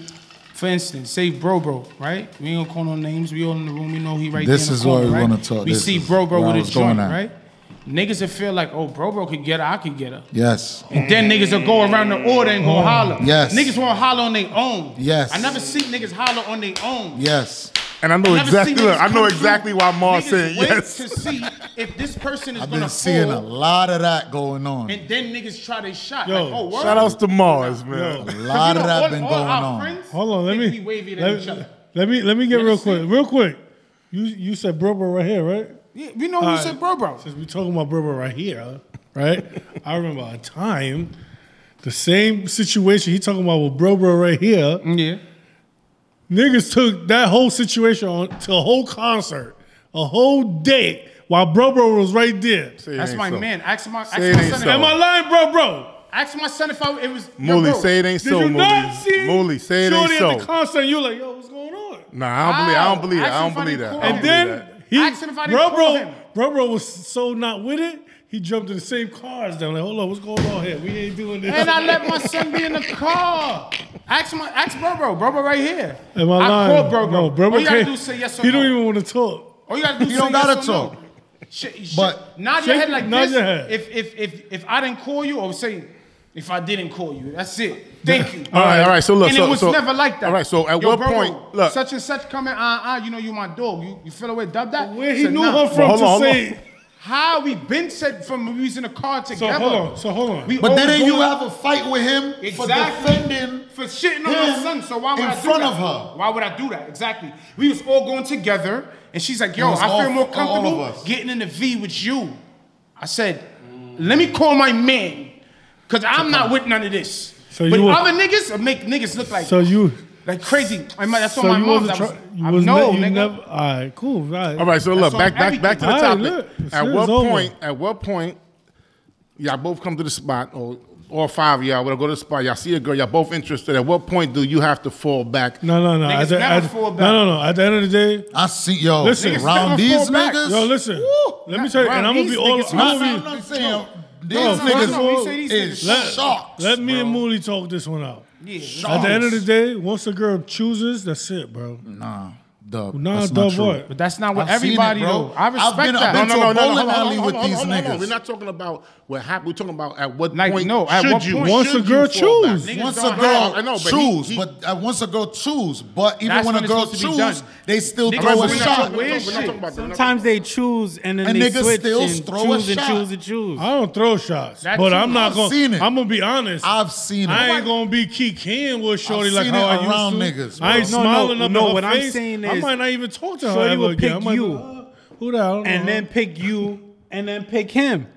Speaker 3: For instance, say Bro Bro, right? We ain't gonna call no names. We all in the room. We know he right
Speaker 1: This
Speaker 3: there. in
Speaker 1: is
Speaker 3: the corner,
Speaker 1: what we
Speaker 3: right?
Speaker 1: wanna talk-
Speaker 3: We
Speaker 1: this
Speaker 3: see
Speaker 1: is
Speaker 3: Bro Bro
Speaker 1: where I
Speaker 3: with a
Speaker 1: was going
Speaker 3: joint,
Speaker 1: at.
Speaker 3: right? Niggas will feel like, oh, Bro Bro could get her, I could get her.
Speaker 1: Yes.
Speaker 3: And then niggas will go around the order and go holler.
Speaker 1: Oh, Yes.
Speaker 3: Niggas wanna holler on their own.
Speaker 1: Yes.
Speaker 3: I never see niggas holler on their own.
Speaker 1: Yes.
Speaker 4: And I know
Speaker 3: haven't
Speaker 4: exactly.
Speaker 3: seen niggas
Speaker 4: Look, I know
Speaker 3: come
Speaker 4: exactly
Speaker 3: through.
Speaker 4: why Mars
Speaker 3: Niggas
Speaker 4: saying
Speaker 3: wait
Speaker 4: yes.
Speaker 3: to see if this person is
Speaker 1: I've
Speaker 3: gonna
Speaker 1: been seeing a
Speaker 3: fall,
Speaker 1: lot of that going on.
Speaker 3: and then niggas try their shot.
Speaker 2: Yo,
Speaker 3: like, oh, word.
Speaker 4: Shout outs to Mars, man.
Speaker 2: Yo.
Speaker 3: [laughs]
Speaker 1: A lot of that
Speaker 3: all,
Speaker 1: been going
Speaker 3: all our
Speaker 1: on.
Speaker 3: Friends,
Speaker 2: Hold on, let
Speaker 3: think
Speaker 2: me
Speaker 3: We wavy at
Speaker 2: let,
Speaker 3: each other.
Speaker 2: let me let me get
Speaker 3: You
Speaker 2: real quick,
Speaker 3: understand?
Speaker 2: real quick. You you said bro bro right here, right?
Speaker 3: Yeah, we know who
Speaker 2: Alright.
Speaker 3: said bro, bro.
Speaker 2: Since we talking about bro bro right here, right? I remember a time, the same situation he talking about with bro bro right here.
Speaker 3: Yeah.
Speaker 2: Niggas took that whole situation on to a whole concert, a whole day while bro bro was right there.
Speaker 4: Say it
Speaker 3: That's
Speaker 4: ain't
Speaker 3: my
Speaker 4: so.
Speaker 3: man. Ask my, ask
Speaker 4: Say it
Speaker 3: my
Speaker 4: ain't
Speaker 3: son.
Speaker 4: so.
Speaker 3: If,
Speaker 2: Am I lying, bro bro?
Speaker 3: ask my son if I it was. yo,
Speaker 4: Mooley,
Speaker 3: bro,
Speaker 4: say it ain't
Speaker 2: Did
Speaker 4: so.
Speaker 2: you
Speaker 4: Mooley,
Speaker 2: not see
Speaker 4: Mooley, say it ain't
Speaker 2: Shorty at the
Speaker 4: so.
Speaker 2: concert? You like, yo, what's going on?
Speaker 4: Nah, I don't believe. I don't believe that. I
Speaker 3: Ask
Speaker 4: don't
Speaker 3: him if I
Speaker 4: believe
Speaker 3: didn't
Speaker 4: that.
Speaker 3: call
Speaker 4: I don't
Speaker 2: And
Speaker 3: him.
Speaker 4: believe
Speaker 2: then
Speaker 4: that.
Speaker 2: he,
Speaker 3: Ask him if I didn't
Speaker 2: bro,
Speaker 3: call
Speaker 2: bro,
Speaker 3: him.
Speaker 2: bro, bro was so not with it. He jumped in the same cars down. Like, hold on, what's going on here? We ain't doing this.
Speaker 3: And I let my son be in the car. Ask my ask bro, bro, bro, bro, right here.
Speaker 2: Am I lying?
Speaker 3: called bro, bro.
Speaker 2: No, bro,
Speaker 3: All you gotta
Speaker 2: can't-
Speaker 3: do is say yes or
Speaker 2: He
Speaker 3: no.
Speaker 2: don't even want to talk.
Speaker 3: All you gotta do is
Speaker 1: You
Speaker 3: say
Speaker 1: don't
Speaker 3: yes
Speaker 1: gotta
Speaker 3: or
Speaker 1: talk.
Speaker 3: No. Shit,
Speaker 1: But-
Speaker 3: shit. nod your
Speaker 2: Shake-
Speaker 3: head like
Speaker 2: nod
Speaker 3: this.
Speaker 2: your head.
Speaker 3: If if if if I didn't call you, or say if I didn't call you, that's it. Thank you.
Speaker 4: All right, all right. So look,
Speaker 3: and
Speaker 4: so,
Speaker 3: it was
Speaker 4: so-
Speaker 3: never like that.
Speaker 4: All right, so at
Speaker 3: Yo,
Speaker 4: what
Speaker 3: bro,
Speaker 4: point?
Speaker 3: bro,
Speaker 4: Look,
Speaker 3: such and such coming. Uh, uh, you know you my dog. You you feel away. Dub that.
Speaker 2: Where he
Speaker 3: Said,
Speaker 2: knew
Speaker 3: nah.
Speaker 2: her from
Speaker 4: hold
Speaker 2: to
Speaker 4: on, hold on.
Speaker 2: say.
Speaker 3: How we been said from when we was in the car
Speaker 2: So
Speaker 3: together.
Speaker 2: hold on. So hold on.
Speaker 3: We
Speaker 1: But
Speaker 3: always
Speaker 1: didn't you
Speaker 3: going-
Speaker 1: have a fight with him for
Speaker 3: Exactly.
Speaker 1: defending?
Speaker 3: for shitting on her
Speaker 1: him
Speaker 3: son. So why would
Speaker 1: in
Speaker 3: I do
Speaker 1: front
Speaker 3: that?
Speaker 1: of her.
Speaker 3: Why would I do that? Exactly. We was all going together, and she's like, "Yo,
Speaker 1: was
Speaker 3: I
Speaker 1: all-
Speaker 3: feel more
Speaker 1: all of
Speaker 3: comfortable
Speaker 1: us.
Speaker 3: getting in the V with you." I said, "Let me call my man, cause I'm not with none of this."
Speaker 2: So
Speaker 3: but
Speaker 2: you were-
Speaker 3: other niggas make niggas look like
Speaker 2: so you.
Speaker 3: like crazy. I might, that's
Speaker 2: so
Speaker 3: on my
Speaker 2: you
Speaker 3: mom's.
Speaker 2: wasn't
Speaker 3: I was,
Speaker 2: try- you
Speaker 3: I
Speaker 2: was
Speaker 3: no,
Speaker 2: ne- you
Speaker 3: nigga.
Speaker 2: never. All right, cool. All right.
Speaker 4: all right. So look,
Speaker 3: That's on
Speaker 4: back back back to the
Speaker 2: everything. All
Speaker 4: topic.
Speaker 2: right, look,
Speaker 4: at
Speaker 2: shit
Speaker 4: what
Speaker 2: is over.
Speaker 4: point? At what point? Y'all both come to the spot, or all five of y'all. When I go to the spot, y'all see a girl. Y'all both interested. At what point do you have to fall back?
Speaker 2: No, no, no.
Speaker 3: Niggas
Speaker 2: At the-
Speaker 3: never
Speaker 2: at-
Speaker 3: fall
Speaker 2: No,
Speaker 3: back.
Speaker 2: no, no. At the end of the day,
Speaker 1: I see, yo,
Speaker 2: Listen,
Speaker 1: around
Speaker 3: niggas
Speaker 1: these
Speaker 3: fall back.
Speaker 1: niggas.
Speaker 2: yo, listen. Let me tell you, and I'm gonna be
Speaker 3: these
Speaker 2: all.
Speaker 3: niggas-
Speaker 2: I'm
Speaker 1: Not,
Speaker 2: gonna
Speaker 1: I'm
Speaker 2: be.
Speaker 1: not saying these
Speaker 2: No,
Speaker 1: niggas
Speaker 2: no, no, we
Speaker 3: say these
Speaker 1: is
Speaker 3: niggas-
Speaker 2: Let-
Speaker 1: sharks.
Speaker 2: Let me and Mooley talk this one out.
Speaker 3: Yeah,
Speaker 2: At the end of the day, once a girl chooses, that's it, bro.
Speaker 6: Mm,
Speaker 1: nah, dub.
Speaker 2: Nah,
Speaker 1: that's
Speaker 2: the
Speaker 1: not true.
Speaker 2: what?
Speaker 3: but that's not what
Speaker 1: I've seen it,
Speaker 3: everybody
Speaker 1: bro.
Speaker 3: though. I
Speaker 1: I've
Speaker 3: respect
Speaker 1: been- I've
Speaker 3: that.
Speaker 1: been
Speaker 4: No,
Speaker 1: to
Speaker 4: no, no,
Speaker 1: a
Speaker 4: no.
Speaker 1: bowling
Speaker 4: Hold on, hold
Speaker 1: alley
Speaker 4: on,
Speaker 1: with
Speaker 4: hold on,
Speaker 1: these
Speaker 4: hold on, hold on.
Speaker 1: niggas.
Speaker 4: We're not talking about what happened. We're talking about at what
Speaker 3: Like,
Speaker 4: point
Speaker 3: no, at
Speaker 4: should
Speaker 3: what
Speaker 4: you
Speaker 3: point
Speaker 2: Once
Speaker 4: should
Speaker 2: a girl
Speaker 4: you fall back?
Speaker 2: choose.
Speaker 3: Niggas
Speaker 1: Once a
Speaker 3: don't
Speaker 1: girl
Speaker 4: have- I know, but he-
Speaker 1: choose,
Speaker 4: he-
Speaker 1: but uh, once a girl choose, but even
Speaker 3: That's
Speaker 1: when
Speaker 3: when
Speaker 1: a
Speaker 3: it's
Speaker 1: girl
Speaker 3: supposed to be done.
Speaker 1: choose, they still
Speaker 3: Niggas
Speaker 1: throw a
Speaker 3: when it's
Speaker 1: shot.
Speaker 3: supposed to be
Speaker 4: We're not talking
Speaker 3: Shit.
Speaker 4: about- we're not
Speaker 6: Sometimes they choose and then
Speaker 1: And
Speaker 6: they
Speaker 1: niggas
Speaker 6: switch
Speaker 1: still
Speaker 6: and
Speaker 1: throw a
Speaker 6: choose and
Speaker 1: shot. Uh-huh.
Speaker 6: choose and choose.
Speaker 2: I don't throw shots,
Speaker 3: That
Speaker 2: but
Speaker 3: too,
Speaker 2: I'm not
Speaker 1: I've
Speaker 2: gonna.
Speaker 1: seen it.
Speaker 2: I'm gonna be honest.
Speaker 1: I've seen
Speaker 2: I
Speaker 1: it.
Speaker 2: ain't gonna be kicking with Shorty
Speaker 1: I've
Speaker 2: like
Speaker 1: seen
Speaker 2: how
Speaker 1: it
Speaker 2: I used
Speaker 1: around
Speaker 2: to.
Speaker 1: niggas,
Speaker 2: I ain't
Speaker 6: bro. No, no,
Speaker 2: smiling up
Speaker 6: no,
Speaker 2: in her
Speaker 6: what I'm
Speaker 2: face.
Speaker 6: saying
Speaker 2: I
Speaker 6: is
Speaker 2: might not even talk to her.
Speaker 6: Shorty
Speaker 2: ever
Speaker 6: will
Speaker 2: again. I
Speaker 6: pick
Speaker 2: might be,
Speaker 6: you.
Speaker 2: "Uh, Who that? I don't
Speaker 6: and
Speaker 2: know.
Speaker 6: then pick you and then pick him.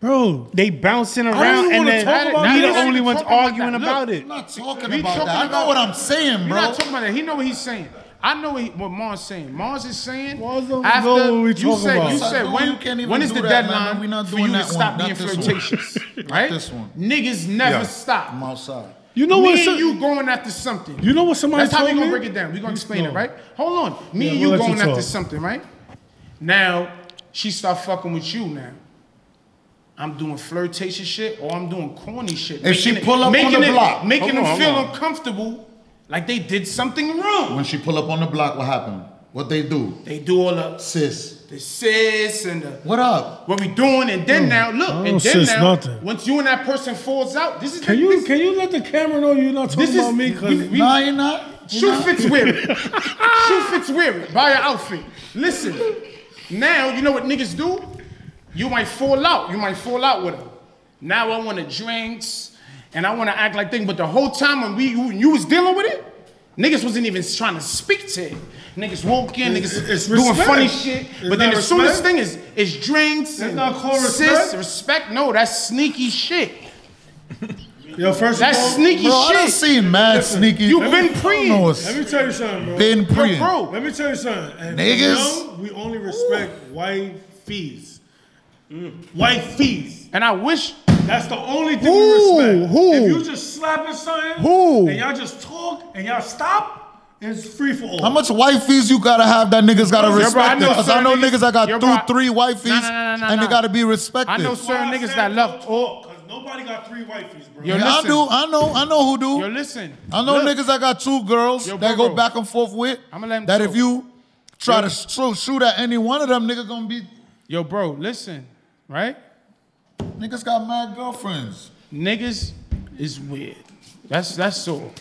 Speaker 2: bro,
Speaker 6: They bouncing
Speaker 2: don't
Speaker 6: around
Speaker 2: even
Speaker 6: and
Speaker 2: wanna
Speaker 6: then
Speaker 2: talk about
Speaker 6: we
Speaker 2: that.
Speaker 6: the
Speaker 2: Not
Speaker 6: only
Speaker 3: even
Speaker 6: ones
Speaker 3: talking about
Speaker 6: arguing
Speaker 3: that. Look,
Speaker 6: about
Speaker 1: I'm
Speaker 6: it.
Speaker 1: not talking
Speaker 3: We
Speaker 1: about
Speaker 3: talking
Speaker 1: that. I know
Speaker 3: about-
Speaker 1: what I'm saying,
Speaker 3: We're
Speaker 1: bro.
Speaker 3: not talking about that. He know what he's saying. I know what, he, what Mars saying. Mars is saying
Speaker 2: Mars don't
Speaker 3: after
Speaker 2: know what we
Speaker 3: you
Speaker 2: talking
Speaker 3: said
Speaker 2: about.
Speaker 3: you
Speaker 2: Son,
Speaker 3: said
Speaker 1: dude,
Speaker 3: when
Speaker 1: you can't even
Speaker 3: when is
Speaker 1: do
Speaker 3: the
Speaker 1: that, man.
Speaker 3: deadline
Speaker 1: We not
Speaker 3: for
Speaker 1: doing
Speaker 3: you to
Speaker 1: that one.
Speaker 3: stop
Speaker 1: Not
Speaker 3: being
Speaker 1: this one.
Speaker 3: flirtatious,
Speaker 1: Not
Speaker 3: right?
Speaker 1: this one.
Speaker 3: Niggas never
Speaker 4: Yeah.
Speaker 1: I'm
Speaker 3: stop.
Speaker 1: outside.
Speaker 2: you know
Speaker 3: me
Speaker 2: what?
Speaker 3: and
Speaker 2: son-
Speaker 3: you going after something.
Speaker 2: You know what somebody
Speaker 3: That's how we
Speaker 2: told
Speaker 3: gonna
Speaker 2: me?
Speaker 3: break it down. We gonna explain
Speaker 2: No.
Speaker 3: it, right? Hold on. Me
Speaker 2: Yeah, we'll
Speaker 3: and you
Speaker 2: let you
Speaker 3: going
Speaker 2: talk.
Speaker 3: after something, right? Now she start fucking with you now. I'm doing flirtatious shit or I'm doing corny shit.
Speaker 1: If she
Speaker 3: Making it-
Speaker 1: pull up on
Speaker 3: making
Speaker 1: the
Speaker 3: it-
Speaker 1: block.
Speaker 3: making
Speaker 4: Hold on,
Speaker 3: them
Speaker 4: hold
Speaker 3: feel
Speaker 4: on.
Speaker 3: uncomfortable, like they did something wrong.
Speaker 1: When she pull up on the block, what happened? What they do?
Speaker 3: They do all the,
Speaker 1: Sis,
Speaker 3: the sis and the
Speaker 1: what up?
Speaker 3: what we doing, and then now look,
Speaker 2: Hmm. I
Speaker 3: and
Speaker 2: don't
Speaker 3: then
Speaker 2: sis
Speaker 3: now
Speaker 2: nothing.
Speaker 3: once you and that person falls out, this is
Speaker 2: Can
Speaker 3: the,
Speaker 2: you
Speaker 3: this,
Speaker 2: can you let the camera know you're not talking
Speaker 3: this is
Speaker 2: about me? Cause
Speaker 3: we- we-
Speaker 1: Nah, you're not. You're
Speaker 3: shoe
Speaker 1: not.
Speaker 3: fits weary, shoe fits weary. Buy your outfit. Listen, now you know what niggas do. You might fall out. You might fall out with them. Now I want to drinks, and I want to act like thing. But the whole time when we when you was dealing with it, niggas wasn't even trying to speak to it. Niggas walk in, niggas
Speaker 2: it's
Speaker 3: doing
Speaker 2: respect.
Speaker 3: funny shit.
Speaker 2: It's
Speaker 3: but then
Speaker 2: not
Speaker 3: as soon as
Speaker 2: respect.
Speaker 3: thing is is drinks and
Speaker 2: not called
Speaker 3: sis,
Speaker 2: respect.
Speaker 3: respect. No, that's sneaky shit.
Speaker 2: yo, first
Speaker 3: That's
Speaker 2: of all,
Speaker 3: sneaky
Speaker 1: Bro, I done
Speaker 3: shit.
Speaker 1: seen mad sneaky.
Speaker 3: you
Speaker 1: I
Speaker 3: been
Speaker 1: don't
Speaker 3: pre-
Speaker 1: know what's
Speaker 2: Let me tell you something, bro.
Speaker 1: Been pre.
Speaker 3: bro.
Speaker 2: Let me tell you something. And
Speaker 1: Niggas.
Speaker 2: young, we only respect white fees. Mm. White fees.
Speaker 3: And I wish
Speaker 2: That's the only thing
Speaker 3: Who?
Speaker 2: we respect.
Speaker 3: Who?
Speaker 2: If you just slapping something,
Speaker 3: Who?
Speaker 2: and y'all just talk and y'all stop, it's free for all.
Speaker 1: How much wife fees you gotta have that niggas gotta
Speaker 2: Yo, bro,
Speaker 1: respect
Speaker 3: I know
Speaker 1: it? 'Cause I
Speaker 3: certain
Speaker 1: know
Speaker 3: niggas-
Speaker 1: niggas that got
Speaker 3: Yo,
Speaker 1: two,
Speaker 3: bro, I-
Speaker 1: three wife fees
Speaker 3: Nah, nah, nah, nah,
Speaker 1: and
Speaker 3: nah.
Speaker 1: they gotta be respected.
Speaker 3: I know
Speaker 1: Yeah,
Speaker 3: certain niggas that love.
Speaker 2: talk because nobody got three white fees, bro.
Speaker 3: Yo,
Speaker 1: I
Speaker 3: listen.
Speaker 1: do. I know. I know who do.
Speaker 3: Yo, listen.
Speaker 1: I know
Speaker 3: Look,
Speaker 1: niggas that got two girls
Speaker 3: Yo,
Speaker 1: that
Speaker 3: bro,
Speaker 1: go
Speaker 3: bro.
Speaker 1: back and forth with.
Speaker 3: I'ma let 'em
Speaker 1: that
Speaker 3: talk.
Speaker 1: if you try to shoot, shoot at any one of them, nigga gonna be
Speaker 3: Yo, bro, listen. Right?
Speaker 1: niggas got mad girlfriends.
Speaker 3: Niggas is weird. That's that's all.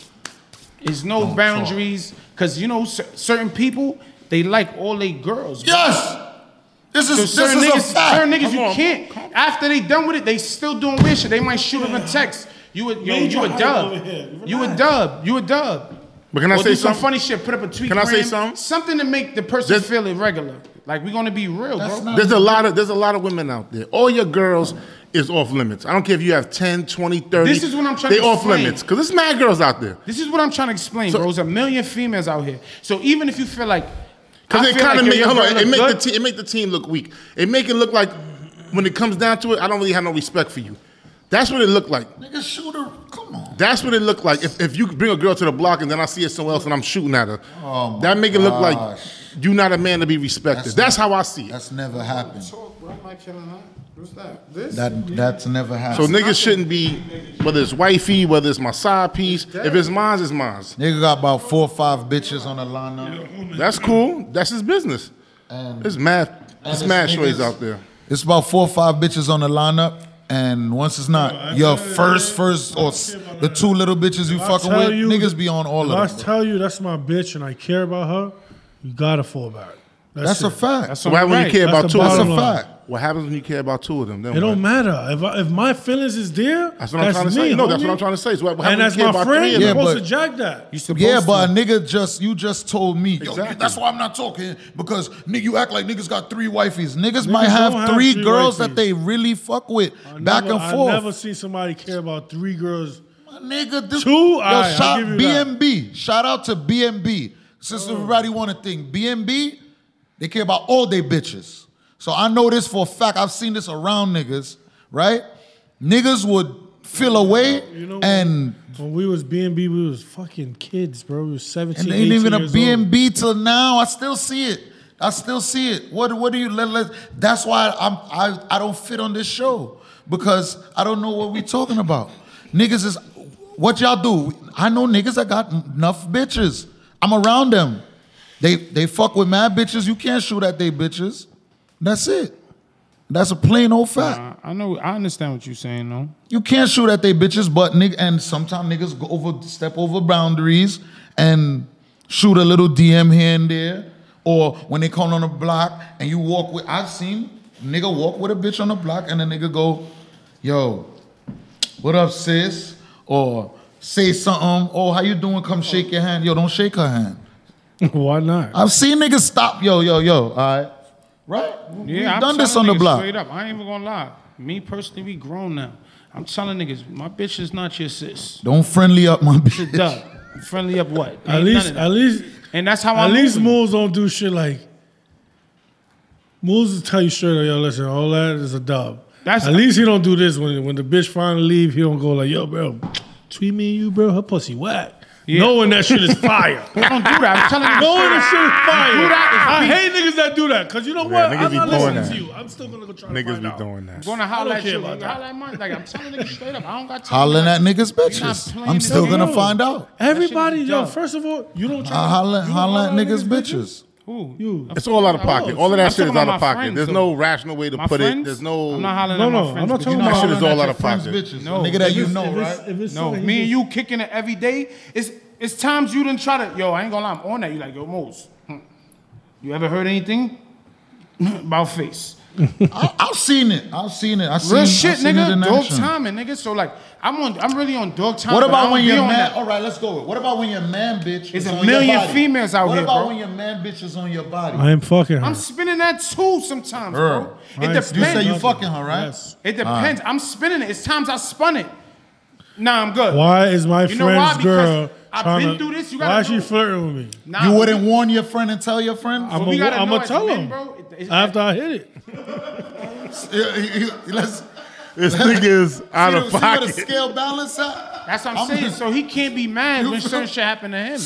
Speaker 3: It's no boundaries because you know cer- certain people They like all they girls. bro.
Speaker 1: Yes, this is
Speaker 3: So
Speaker 1: this
Speaker 3: certain
Speaker 1: is
Speaker 3: niggas,
Speaker 1: a fact.
Speaker 3: certain niggas,
Speaker 4: Come
Speaker 3: you
Speaker 4: on.
Speaker 3: can't. After they done with it, they still doing weird shit. They might shoot them a text. You a, yo,
Speaker 2: Major
Speaker 3: you a
Speaker 2: hype
Speaker 3: dub.
Speaker 2: over here.
Speaker 3: You a
Speaker 2: Relax.
Speaker 3: dub. You a dub.
Speaker 4: But can I say
Speaker 3: or do some
Speaker 4: something?
Speaker 3: funny shit. Put up a tweet.
Speaker 4: Can I say
Speaker 3: gram,
Speaker 4: something?
Speaker 3: Something to make the person
Speaker 4: Just-
Speaker 3: feel irregular. Like we're gonna be real, bro.
Speaker 4: There's a lot of there's a lot of women out there. All your girls is off limits. I don't care if you have 10, 20, 30.
Speaker 3: This is what I'm trying
Speaker 4: They
Speaker 3: to
Speaker 4: off
Speaker 3: explain.
Speaker 4: limits because there's mad girls out there.
Speaker 3: This is what I'm trying to explain, bro. There's a million females out here. So even if you feel like,
Speaker 4: Because
Speaker 3: I
Speaker 4: it
Speaker 3: feel
Speaker 4: kind of
Speaker 3: like, yo,
Speaker 4: make
Speaker 3: your
Speaker 4: hold
Speaker 3: girl
Speaker 4: on, it
Speaker 3: look
Speaker 4: make the
Speaker 3: good.
Speaker 4: team it make the team look weak. It make it look like when it comes down to it, I don't really have no respect for you. That's what it looked like.
Speaker 1: Nigga, shooter, come on.
Speaker 4: That's what it looked like. If, if you bring a girl to the block and then I see her somewhere else and I'm shooting at her, that make it look like
Speaker 1: gosh.
Speaker 4: you're not a man to be respected. That's, how I see it.
Speaker 1: That's never happened.
Speaker 3: Talk, bro. Am I killing her? What's that? This?
Speaker 1: That that's never
Speaker 4: So
Speaker 1: happened.
Speaker 4: niggas shouldn't be whether it's wifey, whether it's my side piece. If it's mine, it's mine.
Speaker 1: nigga got about four or five bitches on the lineup.
Speaker 4: That's cool. That's his business.
Speaker 1: And
Speaker 4: It's mad. It's
Speaker 1: it's
Speaker 4: mad choice
Speaker 1: niggas-
Speaker 4: out there.
Speaker 1: it's about four or five bitches on the lineup. And once it's not your first, first or s- the two little bitches you
Speaker 2: I
Speaker 1: fucking
Speaker 2: tell
Speaker 1: with,
Speaker 2: you-
Speaker 1: niggas be on all
Speaker 2: If I
Speaker 1: of them. bro.
Speaker 2: tell you that's my bitch and I care about her, you gotta fall back.
Speaker 1: That's a
Speaker 2: it.
Speaker 1: fact.
Speaker 3: That's
Speaker 4: So what happens when you
Speaker 3: right.
Speaker 4: care about
Speaker 2: That's
Speaker 4: two
Speaker 2: the
Speaker 4: of
Speaker 1: That's
Speaker 2: bottom
Speaker 1: a
Speaker 4: them?
Speaker 2: line.
Speaker 1: fact.
Speaker 4: What happens when you care about two of them? Then
Speaker 2: It
Speaker 4: what?
Speaker 2: don't matter if I, if my feelings is there.
Speaker 4: That's what I'm trying to
Speaker 2: me,
Speaker 4: say. No, that's
Speaker 2: homie.
Speaker 4: what I'm trying to say. So what
Speaker 2: And
Speaker 4: happens
Speaker 2: that's
Speaker 4: when you care
Speaker 2: my
Speaker 4: about
Speaker 2: friend.
Speaker 4: three
Speaker 2: You're
Speaker 4: of
Speaker 1: Yeah,
Speaker 4: them?
Speaker 1: but-
Speaker 2: supposed to jack that.
Speaker 1: Yeah, but a nigga just you just told me. Yo,
Speaker 4: Exactly.
Speaker 1: that's why I'm not talking because nigga, you act like niggas got three wifeys. Niggas, might
Speaker 2: don't
Speaker 1: have
Speaker 2: have
Speaker 1: three,
Speaker 2: three
Speaker 1: girls
Speaker 2: wifeys.
Speaker 1: that they really fuck with
Speaker 2: I
Speaker 1: back
Speaker 2: never-
Speaker 1: and forth.
Speaker 2: I never seen somebody care about three girls.
Speaker 1: My nigga, this
Speaker 2: Two?
Speaker 1: Yo,
Speaker 2: Alright, I'll
Speaker 1: shout
Speaker 2: give you that. Oh.
Speaker 1: BMB. Shout out to BMB. Since everybody want to think BMB, they care about all they bitches. So I know this for a fact. I've seen this around niggas, right? Niggas would feel away
Speaker 2: You know,
Speaker 1: and
Speaker 2: when we was B and B, we was fucking kids, bro. We was seventeen.
Speaker 1: And they ain't even a
Speaker 2: and B.
Speaker 1: BNB till now. I still see it. I still see it. What what do you let, let that's why I'm I, I don't fit on this show because I don't know what we talking about. Niggas is what y'all do. I know niggas that got enough bitches. I'm around them. They they fuck with mad bitches. You can't shoot at they bitches. That's it. That's a plain old fact.
Speaker 3: I- I know. I understand what you're saying, though.
Speaker 1: You can't shoot at they bitches, but nigga, and sometimes niggas go over step over boundaries and shoot a little DM here and there, or when they come on the block and you walk with. I've seen nigga walk with a bitch on the block and the nigga go, "Yo, what up, sis?" or say something, "Oh, how you doing? Come shake your hand." Yo, don't shake her hand.
Speaker 2: [laughs] Why not?
Speaker 1: I've seen niggas stop. Yo, yo, yo. All right, right?
Speaker 3: Yeah,
Speaker 1: We've
Speaker 3: I'm
Speaker 1: done this on
Speaker 3: telling
Speaker 1: the
Speaker 3: niggas
Speaker 1: block.
Speaker 3: Straight up, I ain't even gonna lie. Me personally, we grown now. I'm telling niggas, my bitch is not your sis.
Speaker 1: Don't friendly up my bitch.
Speaker 3: Duh. Friendly up what?
Speaker 2: At
Speaker 3: Ain't none
Speaker 2: least,
Speaker 3: of
Speaker 2: at
Speaker 3: that.
Speaker 2: least,
Speaker 3: and that's how
Speaker 2: at
Speaker 3: I'm.
Speaker 2: least
Speaker 3: moving.
Speaker 2: moves don't do shit like. Moves will tell you straight up, yo. Listen, all that is a dub.
Speaker 3: That's-
Speaker 2: at least he don't do this when when the bitch finally leave. He don't go like, yo, bro, tweet me and you, bro. Her pussy whack. Knowing that
Speaker 3: [laughs]
Speaker 2: shit is fire.
Speaker 3: Don't do
Speaker 2: [laughs]
Speaker 3: that. I'm telling you.
Speaker 2: Knowing that shit is fire.
Speaker 3: Do that
Speaker 2: I
Speaker 3: is
Speaker 2: hate niggas that do that. Cause you know what?
Speaker 4: niggas
Speaker 2: I'm
Speaker 4: be
Speaker 2: not
Speaker 4: doing
Speaker 2: listening
Speaker 4: that.
Speaker 2: to you. I'm still gonna go try to
Speaker 4: Niggas
Speaker 2: find out.
Speaker 4: be doing that.
Speaker 3: Gonna holler
Speaker 2: don't
Speaker 3: at
Speaker 2: care
Speaker 3: you.
Speaker 2: about
Speaker 3: Nigga,
Speaker 2: that.
Speaker 3: holler at mine. Like I'm telling niggas straight up. I don't got time.
Speaker 1: Hollering at niggas
Speaker 3: You're not
Speaker 1: bitches.
Speaker 3: playing
Speaker 1: I'm
Speaker 3: this
Speaker 1: still
Speaker 3: game.
Speaker 1: gonna find out.
Speaker 2: Everybody,
Speaker 3: That shit be
Speaker 2: yo,
Speaker 3: dumb.
Speaker 2: first of all, you don't try
Speaker 1: I holler,
Speaker 2: you don't
Speaker 1: holler Uh, at niggas
Speaker 2: bitches?
Speaker 1: bitches.
Speaker 3: Who?
Speaker 2: You.
Speaker 4: It's all out of pocket. All of
Speaker 3: I'm
Speaker 4: that shit
Speaker 3: talking
Speaker 4: is out
Speaker 3: about
Speaker 4: of
Speaker 3: my
Speaker 4: pocket.
Speaker 3: friends,
Speaker 4: There's
Speaker 3: though.
Speaker 4: no rational way to
Speaker 3: My
Speaker 4: put
Speaker 3: friends?
Speaker 4: it. There's no.
Speaker 3: I'm not hollering
Speaker 2: No,
Speaker 3: at my
Speaker 2: no,
Speaker 3: friends.
Speaker 2: I'm not
Speaker 3: but
Speaker 2: talking
Speaker 3: you
Speaker 2: about
Speaker 4: That
Speaker 3: know-
Speaker 4: shit is all out
Speaker 1: Hollering
Speaker 4: of
Speaker 1: at your
Speaker 4: pocket.
Speaker 1: friends' Bitches.
Speaker 3: No.
Speaker 1: No, nigga that you
Speaker 2: If
Speaker 1: know,
Speaker 2: it's-
Speaker 1: right?
Speaker 2: if it's
Speaker 3: No,
Speaker 2: something
Speaker 3: me and
Speaker 2: just-
Speaker 3: you kicking it every day. It's it's times you didn't try to. Yo, I ain't gonna lie. I'm on that. You like yo, Mose. hmm. You ever heard anything [laughs] about face?
Speaker 1: I, I've seen it. I've seen it. I've seen,
Speaker 3: Real
Speaker 1: I've
Speaker 3: shit,
Speaker 1: seen it
Speaker 3: nigga.
Speaker 1: in
Speaker 3: Dog
Speaker 1: action.
Speaker 3: timing, nigga. So like, I'm on. I'm really on dog time.
Speaker 1: What
Speaker 3: but I
Speaker 1: about
Speaker 3: don't
Speaker 1: when
Speaker 3: be
Speaker 1: your
Speaker 3: on
Speaker 1: man?
Speaker 3: that.
Speaker 1: All right, let's go. What about when your man bitch?
Speaker 3: There's
Speaker 1: is
Speaker 3: a
Speaker 1: on your
Speaker 3: million
Speaker 1: body?
Speaker 3: females out
Speaker 1: What
Speaker 3: here,
Speaker 1: about
Speaker 3: bro.
Speaker 1: when your man bitch is on your body?
Speaker 2: I am fucking her.
Speaker 3: I'm spinning that too sometimes, bro.
Speaker 1: Girl.
Speaker 2: Alright,
Speaker 3: It depends.
Speaker 2: so
Speaker 1: you say you Ah.
Speaker 2: Nothing.
Speaker 1: fucking her, right?
Speaker 2: Yes.
Speaker 3: It depends. I'm spinning it. It's times I spun it. Nah, I'm good.
Speaker 2: Why is my
Speaker 3: You know why?
Speaker 2: friend's
Speaker 3: Because
Speaker 2: girl
Speaker 3: I've
Speaker 2: trying
Speaker 3: been
Speaker 2: to-
Speaker 3: through this, you
Speaker 2: why
Speaker 3: gotta
Speaker 2: is she
Speaker 3: know.
Speaker 2: flirting with me?
Speaker 3: Nah,
Speaker 1: You
Speaker 3: we-
Speaker 1: wouldn't warn your friend and tell your friend?
Speaker 2: I'm
Speaker 3: we gotta know
Speaker 2: gonna
Speaker 3: as
Speaker 2: tell
Speaker 3: men,
Speaker 2: him
Speaker 3: bro, it- it's-
Speaker 2: after I hit it.
Speaker 1: Yeah, [laughs] you- you- let's
Speaker 3: [laughs]
Speaker 4: This nigga is out
Speaker 1: see,
Speaker 4: of
Speaker 1: what- see where the
Speaker 4: pocket.
Speaker 1: scale balance at. [laughs]
Speaker 3: That's what I'm,
Speaker 1: I'm-
Speaker 3: saying. So he can't be mad
Speaker 1: You
Speaker 3: when
Speaker 1: feel-
Speaker 3: certain shit happened to him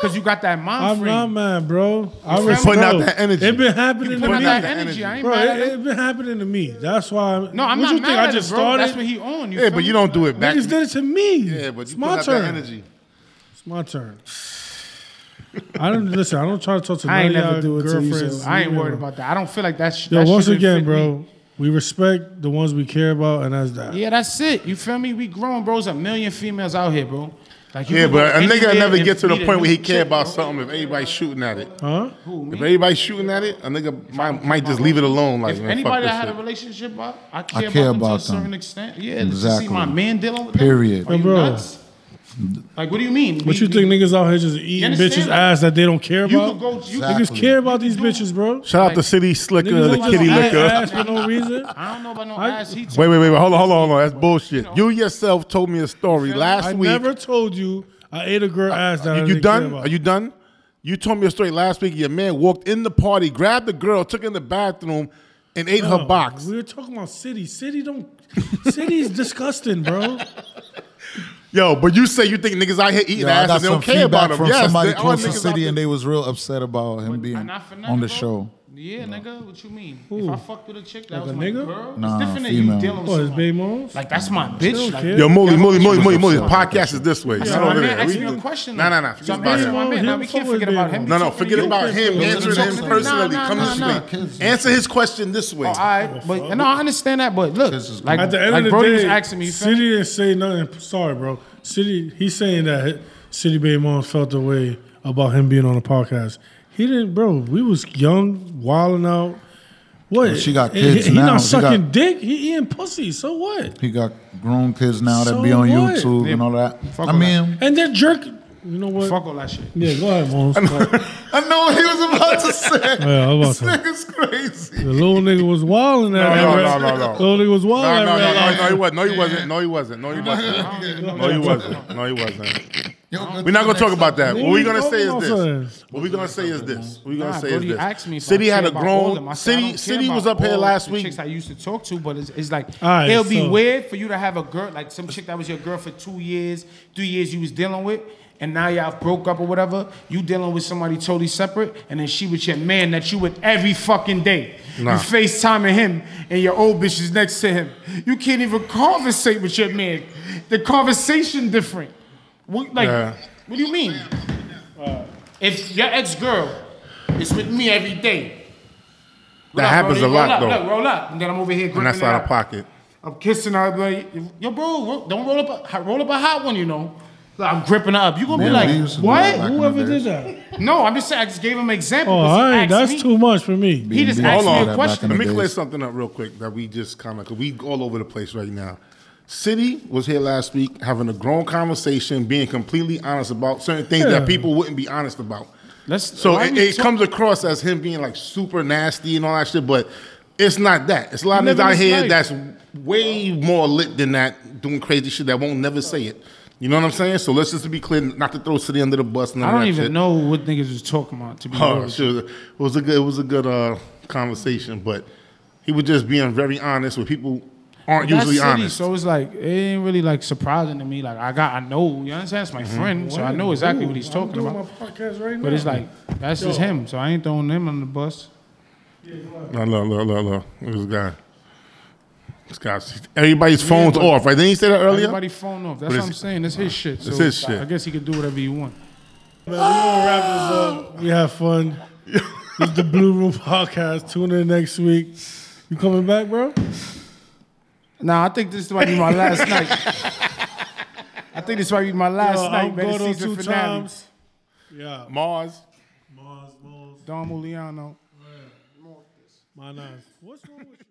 Speaker 3: because you got that mind
Speaker 2: I'm
Speaker 3: frame.
Speaker 2: not mad, bro. I
Speaker 3: You
Speaker 2: was
Speaker 3: putting
Speaker 4: out that energy.
Speaker 2: It been happening to
Speaker 3: Put out
Speaker 2: me.
Speaker 3: that
Speaker 4: that
Speaker 3: energy.
Speaker 4: energy.
Speaker 3: I ain't
Speaker 2: Bro,
Speaker 3: mad at
Speaker 2: it,
Speaker 3: him.
Speaker 2: it been happening to me. That's why.
Speaker 3: No, I'm
Speaker 2: what
Speaker 3: not
Speaker 2: you
Speaker 3: mad
Speaker 2: think?
Speaker 3: at
Speaker 2: I just
Speaker 3: it, bro.
Speaker 2: started.
Speaker 3: That's what he on. You
Speaker 4: Yeah,
Speaker 3: feel
Speaker 4: but
Speaker 3: me?
Speaker 4: you don't do it back.
Speaker 2: Niggas did it to me.
Speaker 4: Yeah, but
Speaker 2: it's
Speaker 4: you put
Speaker 2: my
Speaker 4: out
Speaker 2: turn.
Speaker 4: that energy.
Speaker 2: It's my turn. [sighs] I don't listen. I don't try to talk to
Speaker 3: I
Speaker 2: none
Speaker 3: ain't
Speaker 2: of
Speaker 3: never
Speaker 2: y'all
Speaker 3: do it to you,
Speaker 2: girlfriends.
Speaker 3: so I ain't worried about that. I don't feel like that shit.
Speaker 2: Yo,
Speaker 3: that
Speaker 2: once
Speaker 3: shit didn't
Speaker 2: again,
Speaker 3: fit me.
Speaker 2: bro, we respect the ones we care about, and that's that.
Speaker 3: Yeah, that's it. You feel me? We grown, bro. There's a million females out here, bro. Like you
Speaker 4: Yeah,
Speaker 3: could go
Speaker 4: but a
Speaker 3: anywhere
Speaker 4: nigga never
Speaker 3: and
Speaker 4: get to the
Speaker 3: beat a
Speaker 4: point where he
Speaker 3: new
Speaker 4: care
Speaker 3: chick,
Speaker 4: about
Speaker 3: bro.
Speaker 4: something if everybody's shooting at it.
Speaker 2: Huh?
Speaker 4: If everybody's shooting at it, a nigga might, might just leave it alone. Like,
Speaker 3: If
Speaker 4: man, fuck
Speaker 3: anybody
Speaker 4: this
Speaker 3: I had a
Speaker 4: shit.
Speaker 3: relationship with, I care,
Speaker 1: care
Speaker 3: about,
Speaker 1: about
Speaker 3: them to a
Speaker 1: them.
Speaker 3: certain extent. Yeah, to
Speaker 1: Exactly.
Speaker 3: see my man dealing with that?
Speaker 1: Period.
Speaker 3: Are you
Speaker 2: Bro.
Speaker 3: nuts? Like, what do you mean?
Speaker 2: But
Speaker 3: We-
Speaker 2: you
Speaker 3: we-
Speaker 2: think niggas out here just eating
Speaker 3: understand
Speaker 2: bitches'
Speaker 3: that?
Speaker 2: ass that they don't care
Speaker 3: you
Speaker 2: about?
Speaker 3: could go? You
Speaker 1: Exactly.
Speaker 2: Niggas care about these bitches, bro.
Speaker 4: Shout out to City Slicker,
Speaker 2: Niggas
Speaker 4: the
Speaker 2: don't
Speaker 4: Kitty
Speaker 2: just add
Speaker 4: Licker.
Speaker 2: ass for no reason.
Speaker 3: I don't know about no
Speaker 2: I-
Speaker 3: ass. He took
Speaker 4: Wait, wait, wait, wait. Hold on, hold on, hold on. That's bullshit. You yourself told me a story last
Speaker 2: I
Speaker 4: week.
Speaker 2: never told you I ate a girl ass that I
Speaker 4: You,
Speaker 2: didn't
Speaker 4: you
Speaker 2: care
Speaker 4: done?
Speaker 2: about.
Speaker 4: Are you done? You told me a story last week. Your man walked in the party, grabbed the girl, took her in the bathroom, and ate her
Speaker 1: Oh,
Speaker 2: Bro,
Speaker 4: box.
Speaker 2: We were talking about city. City don't. City's disgusting, bro.
Speaker 4: Yo, but you say you think niggas out here eating
Speaker 1: Yo, I
Speaker 4: ass
Speaker 1: got
Speaker 4: and they
Speaker 1: some
Speaker 4: don't care
Speaker 1: feedback
Speaker 4: about them.
Speaker 1: from
Speaker 4: Yes,
Speaker 1: somebody
Speaker 4: they are
Speaker 1: close to
Speaker 4: niggas out
Speaker 1: city,
Speaker 4: there.
Speaker 1: and they was real upset about him being
Speaker 3: Not for nothing,
Speaker 1: on the
Speaker 3: bro.
Speaker 1: show.
Speaker 3: Yeah, nigga, what you mean? If I fucked with a chick, that was
Speaker 2: a
Speaker 3: my
Speaker 2: nigga? Oh,
Speaker 3: girl.
Speaker 1: Nah,
Speaker 3: it's different
Speaker 1: female.
Speaker 3: than you dealing with
Speaker 2: What is
Speaker 3: someone.
Speaker 2: Bay Moles?
Speaker 3: Like that's my bitch. Like,
Speaker 2: care.
Speaker 4: Yo, Molly, Molly, Molly, Molly, Molly. The podcast is this way.
Speaker 3: so
Speaker 4: No,
Speaker 3: my
Speaker 4: no,
Speaker 3: man
Speaker 4: no,
Speaker 3: asked
Speaker 4: we-
Speaker 3: me a question.
Speaker 4: Nah,
Speaker 3: like,
Speaker 4: nah, nah.
Speaker 3: So
Speaker 4: Forget
Speaker 3: I'm
Speaker 4: about
Speaker 3: asking
Speaker 4: him.
Speaker 3: my man.
Speaker 2: Him
Speaker 3: Now we can't
Speaker 2: forward
Speaker 3: forget about
Speaker 2: being
Speaker 3: him.
Speaker 4: No, no,
Speaker 3: Talking to
Speaker 4: forget
Speaker 3: you.
Speaker 4: about him. Answer
Speaker 3: Talking
Speaker 4: him
Speaker 3: to-
Speaker 4: personally.
Speaker 3: Nah, nah,
Speaker 4: Come
Speaker 3: nah,
Speaker 4: this
Speaker 3: nah.
Speaker 4: way. Answer his question this way.
Speaker 1: Oh,
Speaker 3: All right, but no, I understand that. But look,
Speaker 1: This is
Speaker 3: like,
Speaker 2: At the end
Speaker 3: like
Speaker 2: of the
Speaker 3: Brody
Speaker 2: day,
Speaker 3: was asking me, you feel
Speaker 2: City
Speaker 3: me?
Speaker 2: didn't say nothing. Sorry, bro. City, he's saying that hi- City Bay Moms felt the way about him being on the podcast. He didn't, bro. We was young, wilding out. What?
Speaker 1: she got
Speaker 2: He-
Speaker 1: kids
Speaker 2: he,
Speaker 1: now.
Speaker 2: not
Speaker 1: She got-
Speaker 2: sucking dick. He eating pussy. So what?
Speaker 1: He got grown kids now that
Speaker 2: So
Speaker 1: be on
Speaker 2: what?
Speaker 1: YouTube and all that. I
Speaker 3: all
Speaker 1: mean,
Speaker 2: And that jerk. You know what?
Speaker 3: fuck all that shit.
Speaker 2: Yeah, go ahead,
Speaker 3: [laughs]
Speaker 2: Moms.
Speaker 1: I know what he was about
Speaker 2: [laughs]
Speaker 1: to say.
Speaker 2: Yeah, I'm about
Speaker 1: This
Speaker 2: to-
Speaker 1: nigga's crazy.
Speaker 2: [laughs] The little nigga was wilding that.
Speaker 4: No, no,
Speaker 2: red-
Speaker 4: no, no, no.
Speaker 2: Little nigga was
Speaker 4: No,
Speaker 2: wilding
Speaker 4: no, no,
Speaker 2: that.
Speaker 4: no, no, he wasn't. No, he wasn't. No, he wasn't. No, he wasn't. No, he wasn't.
Speaker 1: [laughs]
Speaker 4: No, he wasn't. We're not gonna talk about that. What we're gonna say is this. What we're gonna say is this. What we're gonna
Speaker 3: Nah,
Speaker 4: say
Speaker 3: bro,
Speaker 4: is
Speaker 3: you asked me
Speaker 4: this.
Speaker 3: if I
Speaker 4: City had
Speaker 3: care
Speaker 4: a
Speaker 3: about all of them. I
Speaker 4: grown.
Speaker 3: said, I don't
Speaker 4: City
Speaker 3: care
Speaker 4: City was
Speaker 3: about
Speaker 4: up here
Speaker 3: all
Speaker 4: last
Speaker 3: the
Speaker 4: week.
Speaker 3: Chicks I used to talk to, but it's, it's like
Speaker 2: All right,
Speaker 3: it'll be
Speaker 2: so-
Speaker 3: weird for you to have a girl like some chick that was your girl for two years, three years you was dealing with, and now y'all broke up or whatever. You dealing with somebody totally separate, and then she with your man that you with every fucking day.
Speaker 4: Nah.
Speaker 3: You FaceTiming him, and your old bitch is next to him. You can't even conversate with your man. The conversation different. What, like,
Speaker 4: Yeah.
Speaker 3: what do you mean? Uh, If your ex girl is with me every day.
Speaker 4: That
Speaker 3: roll up,
Speaker 4: happens a
Speaker 3: Brody,
Speaker 4: lot,
Speaker 3: roll up,
Speaker 4: though.
Speaker 3: Look, roll up, and then I'm over here.
Speaker 4: And that's
Speaker 3: gripping it
Speaker 4: out of pocket.
Speaker 3: I'm kissing her, I'm like, yo, bro, ro- don't roll up, a, roll up a hot one, you know. Like, I'm gripping her up. You gonna
Speaker 1: Yeah, we
Speaker 3: be
Speaker 1: used to
Speaker 3: like,
Speaker 1: do that back
Speaker 3: what?
Speaker 1: in the
Speaker 2: Whoever
Speaker 1: days.
Speaker 2: did that?
Speaker 3: No, I'm just saying. I just gave him an example.
Speaker 2: Oh,
Speaker 3: 'cause he
Speaker 2: all right.
Speaker 3: asked
Speaker 2: That's
Speaker 3: me.
Speaker 2: too much for me.
Speaker 3: He just
Speaker 1: Yeah,
Speaker 3: asked
Speaker 4: Hold
Speaker 3: me
Speaker 1: that
Speaker 3: a
Speaker 1: back
Speaker 3: question.
Speaker 1: in
Speaker 4: Let
Speaker 1: the
Speaker 4: me clear
Speaker 1: days.
Speaker 4: something up real quick that we just kind of, we all over the place right now. City was here last week having a grown conversation, being completely honest about certain things
Speaker 2: Yeah.
Speaker 4: that people wouldn't be honest about.
Speaker 3: Let's-
Speaker 4: so
Speaker 3: why
Speaker 4: it,
Speaker 3: we
Speaker 4: it
Speaker 3: talk-
Speaker 4: comes across as him being like super nasty and all that shit, but it's not that. It's a lot of
Speaker 3: Living
Speaker 4: niggas out
Speaker 3: his
Speaker 4: here
Speaker 3: life.
Speaker 4: that's way more lit than that, doing crazy shit that won't never say it. You know what I'm saying? So let's just be clear, not to throw City under the bus. none
Speaker 3: I
Speaker 4: of
Speaker 3: don't
Speaker 4: that
Speaker 3: even
Speaker 4: shit.
Speaker 3: know what niggas was talking about. To be
Speaker 4: Oh,
Speaker 3: honest,
Speaker 4: sure. It was a good. It was a good uh, conversation, but he was just being very honest with people aren't
Speaker 3: That's
Speaker 4: usually
Speaker 3: city,
Speaker 4: honest.
Speaker 3: So it's like it ain't really like surprising to me. Like I got, I know, you understand? It's my
Speaker 4: Mm-hmm.
Speaker 3: friend, so I know exactly what he's talking about. But it's like that's just him. So I ain't throwing him on the bus.
Speaker 4: no, no, no, no, no. It was a guy. This guy. Everybody's phone's off, right? Didn't he say that earlier?
Speaker 3: Everybody phone off. That's
Speaker 4: But it's-
Speaker 3: what I'm saying. It's his shit. So
Speaker 4: it's his shit.
Speaker 3: I guess he could do whatever he want.
Speaker 2: Man, we gonna wrap this up. We have fun. this is the Blue Room Podcast. Tune in next week. You coming back, bro?
Speaker 3: Nah, I think this might be my [laughs] last night. I think this might be my last
Speaker 2: Yo,
Speaker 3: night, man.
Speaker 2: Gordo
Speaker 3: The season
Speaker 2: two
Speaker 3: finale.
Speaker 2: times. Yeah.
Speaker 4: Mars.
Speaker 2: Mars, Mars,
Speaker 3: Don Muliano.
Speaker 2: my nines. What's wrong with you?